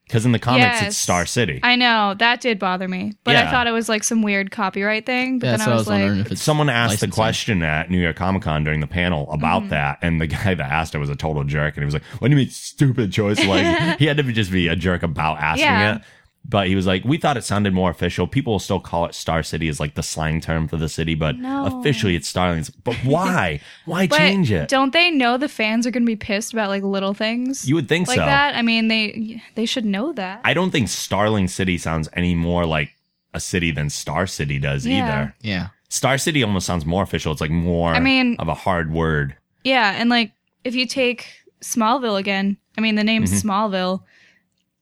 Speaker 2: Cuz in the comics
Speaker 4: Yes.
Speaker 2: it's Star City.
Speaker 4: I know that did bother me, but
Speaker 2: Yeah.
Speaker 4: I thought it was like some weird copyright thing. But
Speaker 3: Yeah,
Speaker 4: then
Speaker 3: so
Speaker 4: I was,
Speaker 3: wondering
Speaker 4: like,
Speaker 3: if it's
Speaker 2: Someone asked
Speaker 3: licensing.
Speaker 2: a question at New York Comic Con during the panel about
Speaker 4: Mm-hmm.
Speaker 2: that, and the guy that asked it was a total jerk, and he was like, "What do you mean stupid choice?" Like he had to be- just be a jerk about asking
Speaker 4: Yeah.
Speaker 2: it. But he was like, "We thought it sounded more official. People will still call it Star City is like the slang term for the city, but
Speaker 4: No.
Speaker 2: officially it's Starlings. But why? why
Speaker 4: but
Speaker 2: change it?
Speaker 4: don't they know the fans are going to be pissed about like little things
Speaker 2: you would think
Speaker 4: like
Speaker 2: so.
Speaker 4: that? I mean, they they should know that.
Speaker 2: I don't think Starling City sounds any more like a city than Star City does
Speaker 4: Yeah.
Speaker 2: either.
Speaker 3: Yeah.
Speaker 2: Star City almost sounds more official. It's like more
Speaker 4: I mean-
Speaker 2: of a hard word.
Speaker 4: yeah, and like if you take Smallville again, I mean the name
Speaker 2: Mm-hmm.
Speaker 4: Smallville.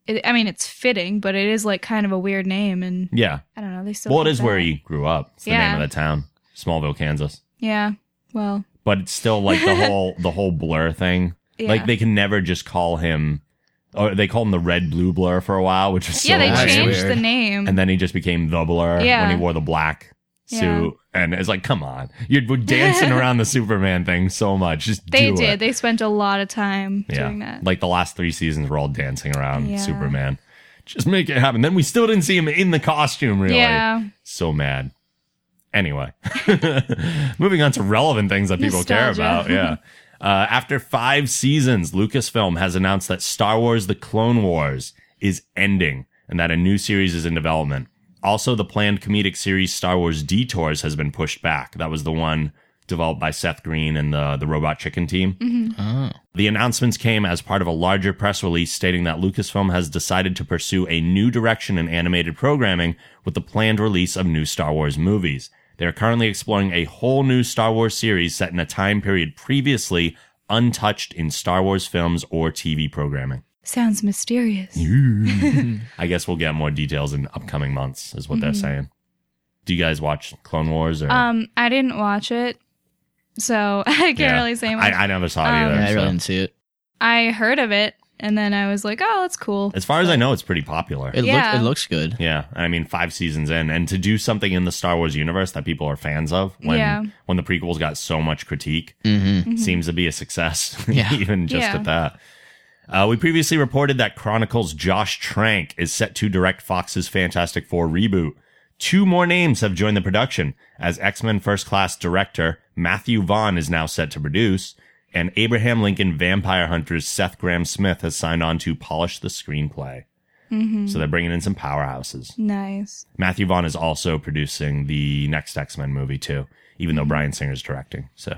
Speaker 4: It, I mean it's fitting, but it is like kind of a weird name, and
Speaker 2: Yeah.
Speaker 4: I don't know. They still
Speaker 2: Well, it
Speaker 4: did
Speaker 2: is where
Speaker 4: that.
Speaker 2: he grew up. It's the
Speaker 4: Yeah.
Speaker 2: name of the town, Smallville, Kansas.
Speaker 4: yeah. Well,
Speaker 2: But it's still like the whole the whole blur thing.
Speaker 4: yeah.
Speaker 2: Like they can never just call him, or they called him the Red Blue Blur for a while, which was
Speaker 4: yeah,
Speaker 2: so
Speaker 4: they
Speaker 2: lame.
Speaker 3: That's
Speaker 4: changed
Speaker 3: weird.
Speaker 4: the name.
Speaker 2: and then he just became the Blur
Speaker 4: Yeah.
Speaker 2: when he wore the black
Speaker 4: Yeah.
Speaker 2: suit. And it's like, come on, you're dancing around the Superman thing so much. Just
Speaker 4: they
Speaker 2: do
Speaker 4: did.
Speaker 2: it.
Speaker 4: They spent a lot of time
Speaker 2: yeah,
Speaker 4: doing that.
Speaker 2: like the last three seasons were all dancing around
Speaker 4: Yeah.
Speaker 2: Superman. Just make it happen. Then we still didn't see him in the costume, really.
Speaker 4: Yeah.
Speaker 2: so mad. Anyway, moving on to relevant things that people care
Speaker 4: Nostalgia.
Speaker 2: about. Yeah. Uh, after five seasons, Lucasfilm has announced that Star Wars The Clone Wars is ending and that a new series is in development. Also, the planned comedic series Star Wars Detours has been pushed back. That was the one developed by Seth Green and the, the Robot Chicken team.
Speaker 3: Oh.
Speaker 2: The announcements came as part of a larger press release stating that Lucasfilm has decided to pursue a new direction in animated programming with the planned release of new Star Wars movies. They are currently exploring a whole new Star Wars series set in a time period previously untouched in Star Wars films or TV programming.
Speaker 4: Sounds mysterious.
Speaker 2: I guess we'll get more details in upcoming months, is what
Speaker 3: Mm-hmm.
Speaker 2: they're saying. Do you guys watch Clone Wars? Or
Speaker 4: Um, I didn't watch it, so I can't
Speaker 2: Yeah.
Speaker 4: really say much. I,
Speaker 2: I, I never saw it
Speaker 4: Um,
Speaker 2: either.
Speaker 3: Yeah, I really
Speaker 2: so.
Speaker 3: didn't see it.
Speaker 4: heard of it, and then I was like, "Oh, that's cool."
Speaker 2: As far as I know, it's pretty popular.
Speaker 3: It,
Speaker 4: Yeah.
Speaker 3: look, it looks good.
Speaker 2: Yeah, I mean, five seasons in, and to do something in the Star Wars universe that people are fans of, when
Speaker 4: Yeah.
Speaker 2: when the prequels got so much critique,
Speaker 3: Mm-hmm.
Speaker 2: seems to be a success,
Speaker 3: Yeah.
Speaker 2: even just
Speaker 4: Yeah.
Speaker 2: at that. Uh, we previously reported that Chronicles' Josh Trank is set to direct Fox's Fantastic Four reboot. Two more names have joined the production, as X Men First Class director Matthew Vaughn is now set to produce, and Abraham Lincoln Vampire Hunters Seth Graham Smith has signed on to polish the screenplay. So they're bringing in some powerhouses.
Speaker 4: Nice.
Speaker 2: Matthew Vaughn is also producing the next X Men movie too, even though Brian Singer's directing. So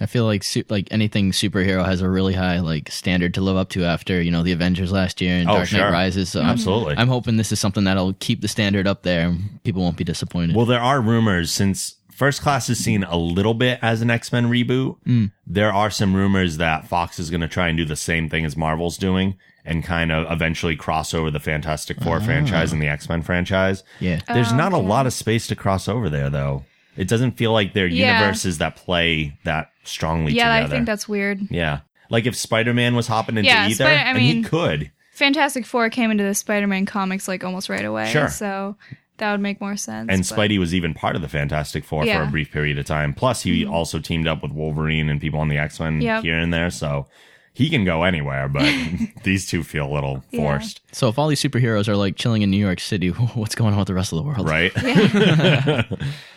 Speaker 3: I feel like su- like anything superhero has a really high like standard to live up to after you know the Avengers last year and
Speaker 2: Oh,
Speaker 3: Dark Knight
Speaker 2: sure.
Speaker 3: Rises. So I'm-
Speaker 2: Absolutely.
Speaker 3: I'm hoping this is something that'll keep the standard up there. and People won't be disappointed.
Speaker 2: Well, there are rumors since First Class is seen a little bit as an X Men reboot. There are some rumors that Fox is going to try and do the same thing as Marvel's doing and kind of eventually cross over the Fantastic Four franchise and the X Men franchise.
Speaker 3: yeah,
Speaker 4: Oh,
Speaker 2: There's not a lot of space to cross over there, though. It doesn't feel like they're
Speaker 4: Yeah.
Speaker 2: universes that play that strongly
Speaker 4: yeah,
Speaker 2: together.
Speaker 4: I think that's weird.
Speaker 2: Yeah. Like if Spider Man was hopping into
Speaker 4: Yeah,
Speaker 2: either,
Speaker 4: Spider- I
Speaker 2: and he
Speaker 4: mean-
Speaker 2: could.
Speaker 4: Fantastic Four came into the Spider-Man comics like almost right away,
Speaker 2: Sure.
Speaker 4: so that would make more sense.
Speaker 2: And
Speaker 4: but-
Speaker 2: Spidey was even part of the Fantastic Four for
Speaker 4: Yeah. Mm-hmm.
Speaker 2: a brief period of time. Plus, he also teamed up with Wolverine and people on the X Men
Speaker 4: Yep.
Speaker 2: here and there. So he can go anywhere, but these two feel a little
Speaker 4: Yeah.
Speaker 2: forced,
Speaker 3: So if all these superheroes are like chilling in New York City, what's going on with the rest of the world?
Speaker 2: right?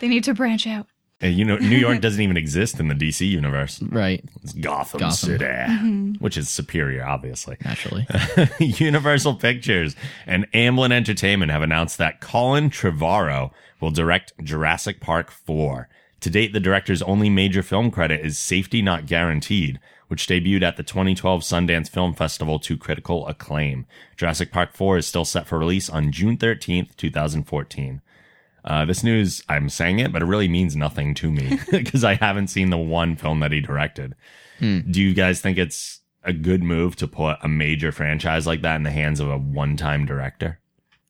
Speaker 4: they need to branch out.
Speaker 2: and you know, New York doesn't even exist in the DC universe.
Speaker 3: Right.
Speaker 2: It's Gotham,
Speaker 3: Gotham.
Speaker 2: City,
Speaker 4: Mm-hmm.
Speaker 2: which is superior, obviously.
Speaker 3: Naturally.
Speaker 2: Universal Pictures and Amblin Entertainment have announced that Colin Trevorrow will direct Jurassic Park 4. To date, the director's only major film credit is Safety Not Guaranteed, which debuted at the 2012 Sundance Film Festival to critical acclaim. Jurassic Park 4 is still set for release on June 13th, 2014. Uh, this news, I'm saying it, but it really means nothing to me because I haven't seen the one film that he directed. Do you guys think it's a good move to put a major franchise like that in the hands of a one time director?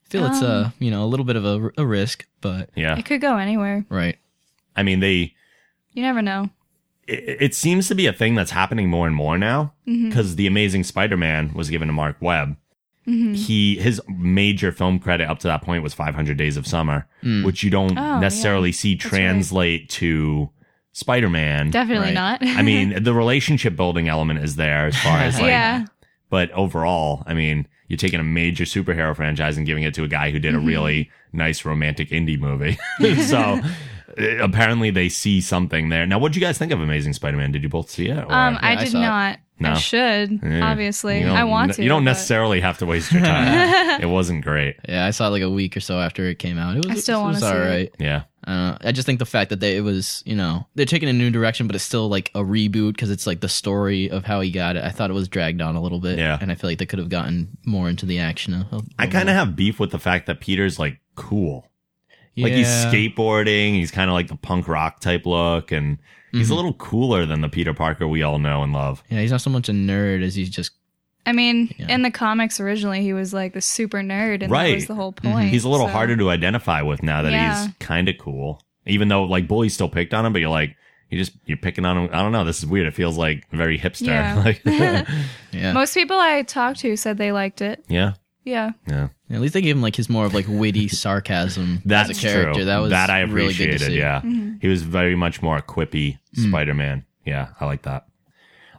Speaker 3: I feel it's
Speaker 4: Um,
Speaker 3: a you know a little bit of a, a risk, but
Speaker 2: Yeah.
Speaker 4: It could go anywhere.
Speaker 3: right.
Speaker 2: I mean, they,
Speaker 4: You never know.
Speaker 2: it, it seems to be a thing that's happening more and more now
Speaker 4: Mm-hmm.
Speaker 2: because the amazing spider-man was given to mark webb
Speaker 4: Mm-hmm.
Speaker 2: he his major film credit up to that point was 500 days of summer which you don't
Speaker 4: Oh,
Speaker 2: necessarily see translate to spider-man
Speaker 4: Definitely
Speaker 3: Right.
Speaker 4: not.
Speaker 2: i mean the relationship building element is there as far as like
Speaker 4: yeah.
Speaker 2: but overall i mean you're taking a major superhero franchise and giving it to a guy who did
Speaker 4: Mm-hmm.
Speaker 2: a really nice romantic indie movie so eh, apparently they see something there now what do you guys think of amazing spider-man did you both see oh, it or-
Speaker 4: Um, I
Speaker 3: I
Speaker 4: did
Speaker 3: saw it.
Speaker 4: not.
Speaker 2: No.
Speaker 4: I should,
Speaker 2: Eh,
Speaker 4: obviously.
Speaker 2: you don't-
Speaker 4: I want to.
Speaker 2: you don't
Speaker 4: but
Speaker 2: necessarily have to waste your time it wasn't great
Speaker 3: Yeah, I saw it like a week or so after it came out. It was,
Speaker 4: I still
Speaker 3: it
Speaker 4: wanna
Speaker 3: was
Speaker 4: see
Speaker 3: all
Speaker 4: it.
Speaker 3: right.
Speaker 2: yeah
Speaker 3: Uh, I just think the fact that they, it was, you know, they're taking a new direction, but it's still like a reboot because it's like the story of how he got it. I thought it was dragged on a little bit.
Speaker 2: Yeah.
Speaker 3: And I feel like they could have gotten more into the action. Of, of-
Speaker 2: i kind of have beef with the fact that peter's like cool like
Speaker 3: Yeah.
Speaker 2: he's skateboarding he's kind of like the punk rock type look and
Speaker 4: Mm-hmm.
Speaker 2: he's a little cooler than the peter parker we all know and love
Speaker 3: Yeah, he's not so much a nerd as he's just.
Speaker 4: I mean,
Speaker 3: Yeah.
Speaker 4: in the comics originally, he was like the super nerd, and that
Speaker 2: Right. Mm-hmm.
Speaker 4: was the whole point.
Speaker 2: He's a little
Speaker 4: so-
Speaker 2: harder to identify with now that
Speaker 4: Yeah.
Speaker 2: he's kind of cool. Even though like Bully still picked on him, but you're like you just you're picking on him. I don't know. This is weird. It feels like very hipster.
Speaker 4: Yeah.
Speaker 2: Like
Speaker 3: Yeah.
Speaker 4: Most people I talked to said they liked it.
Speaker 2: yeah,
Speaker 4: Yeah.
Speaker 2: yeah.
Speaker 3: At least they gave him like his more of like witty sarcasm
Speaker 2: That's
Speaker 3: as a character.
Speaker 2: true.
Speaker 3: That was
Speaker 2: that I
Speaker 3: really
Speaker 2: appreciated.
Speaker 3: good to see. Mm.
Speaker 2: Yeah,
Speaker 4: Mm-hmm.
Speaker 2: he was very much more quippy Spider-Man. Yeah, I like that.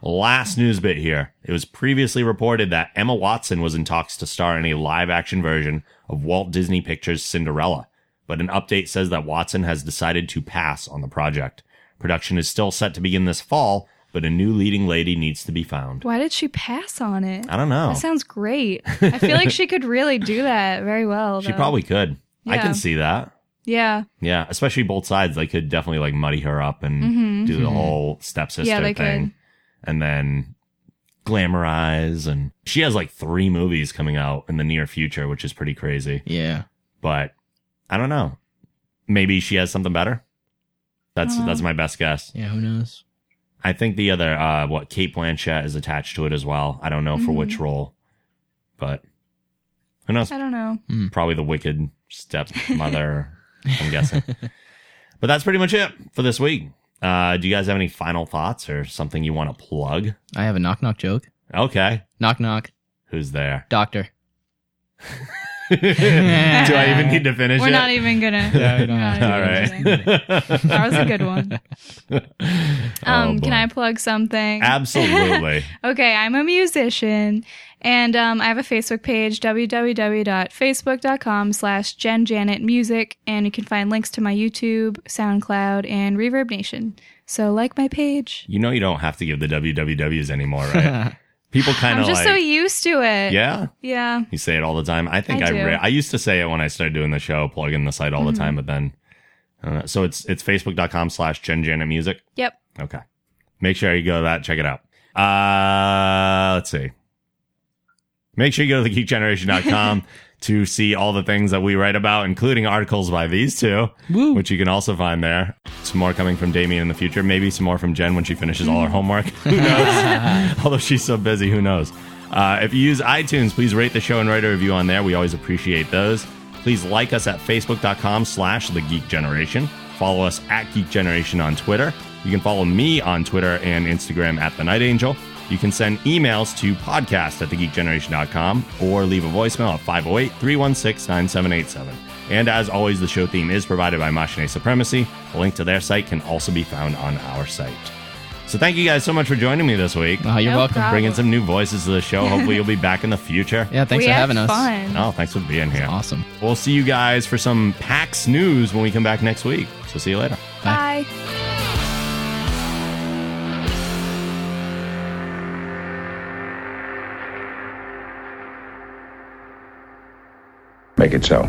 Speaker 2: Last news bit here. It was previously reported that Emma Watson was in talks to star in a live action version of Walt Disney Pictures' Cinderella, but an update says that Watson has decided to pass on the project. Production is still set to begin this fall, but a new leading lady needs to be found.
Speaker 4: Why did she pass on it?
Speaker 2: I don't know.
Speaker 4: That sounds great. I feel like she could really do that very well.
Speaker 2: She
Speaker 4: though.
Speaker 2: probably could. I
Speaker 4: Yeah.
Speaker 2: can see that.
Speaker 4: Yeah.
Speaker 2: Yeah, especially both sides. They could definitely like muddy her up and Mm.
Speaker 4: Mm-hmm.
Speaker 2: do the whole stepsister
Speaker 4: Yeah, they
Speaker 2: thing.
Speaker 4: could.
Speaker 2: And then glamorize and she has like three movies coming out in the near future, which is pretty crazy.
Speaker 3: Yeah.
Speaker 2: But I don't know. Maybe she has something better. That's
Speaker 4: Uh-huh.
Speaker 2: that's my best guess.
Speaker 3: Yeah. Who knows?
Speaker 2: I think the other uh what Kate Blanchett is attached to it as well. I don't know for
Speaker 4: Mm-hmm.
Speaker 2: which role. But who knows?
Speaker 4: I don't know.
Speaker 2: probably the wicked stepmother i'm guessing but that's pretty much it for this week uh, do you guys have any final thoughts or something you want to plug
Speaker 3: I have a knock knock joke.
Speaker 2: okay
Speaker 3: Knock knock.
Speaker 2: who's there
Speaker 3: Doctor.
Speaker 2: do i even need to finish
Speaker 4: We're
Speaker 2: it
Speaker 4: not even gonna.
Speaker 3: I don't
Speaker 4: we're not
Speaker 2: all
Speaker 4: even gonna do that.
Speaker 2: right
Speaker 4: That was a good one. Um,
Speaker 2: Oh, boy.
Speaker 4: can I plug something?
Speaker 2: absolutely
Speaker 4: Okay, I'm a musician, and um, I have a Facebook page, www.facebook.com slash jenjanetmusic, and you can find links to my YouTube, SoundCloud, and Reverb Nation. So like my page.
Speaker 2: you know you don't have to give the wwws anymore right people kind
Speaker 4: I'm
Speaker 2: of
Speaker 4: just
Speaker 2: like
Speaker 4: so used to it.
Speaker 2: yeah
Speaker 4: Yeah.
Speaker 2: You say it all the time. I think
Speaker 4: I
Speaker 2: I
Speaker 4: do. Mm-hmm.
Speaker 2: re- I used to say it when I started doing the show, plugging the site all the time, but then uh, so it's it's facebook.com slash Jen Janet Music.
Speaker 4: Yep.
Speaker 2: Okay. Make sure you go to that, check it out. Uh let's see. Make sure you go to thegeekgeneration.com to see all the things that we write about, including articles by these two, which you can also find there. Some more coming from Damien in the future, maybe some more from Jen when she finishes all
Speaker 4: Mm.
Speaker 2: her homework. Who knows? Although she's so busy, who knows? Uh, if you use iTunes, please rate the show and write a review on there. We always appreciate those. Please like us at facebook.com slash the geek generation. Follow us at geek generation on Twitter. You can follow me on Twitter and Instagram at the night angel. You can send emails to podcast at thegeekgeneration.com or leave a voicemail at 508 316 9787. And as always, the show theme is provided by Machine Supremacy. A link to their site can also be found on our site. So thank you guys so much for joining me this week.
Speaker 3: Oh, you're
Speaker 4: No
Speaker 3: welcome.
Speaker 4: problem.
Speaker 2: Bringing some new voices to the show. Hopefully, you'll be back in the future.
Speaker 3: Yeah. Thanks
Speaker 4: we
Speaker 3: for
Speaker 4: had
Speaker 3: having us.
Speaker 4: fun.
Speaker 2: Oh, thanks for being here.
Speaker 3: Awesome.
Speaker 2: We'll see you guys for some PAX news when we come back next week. So see you later.
Speaker 4: Bye.
Speaker 7: Make it so.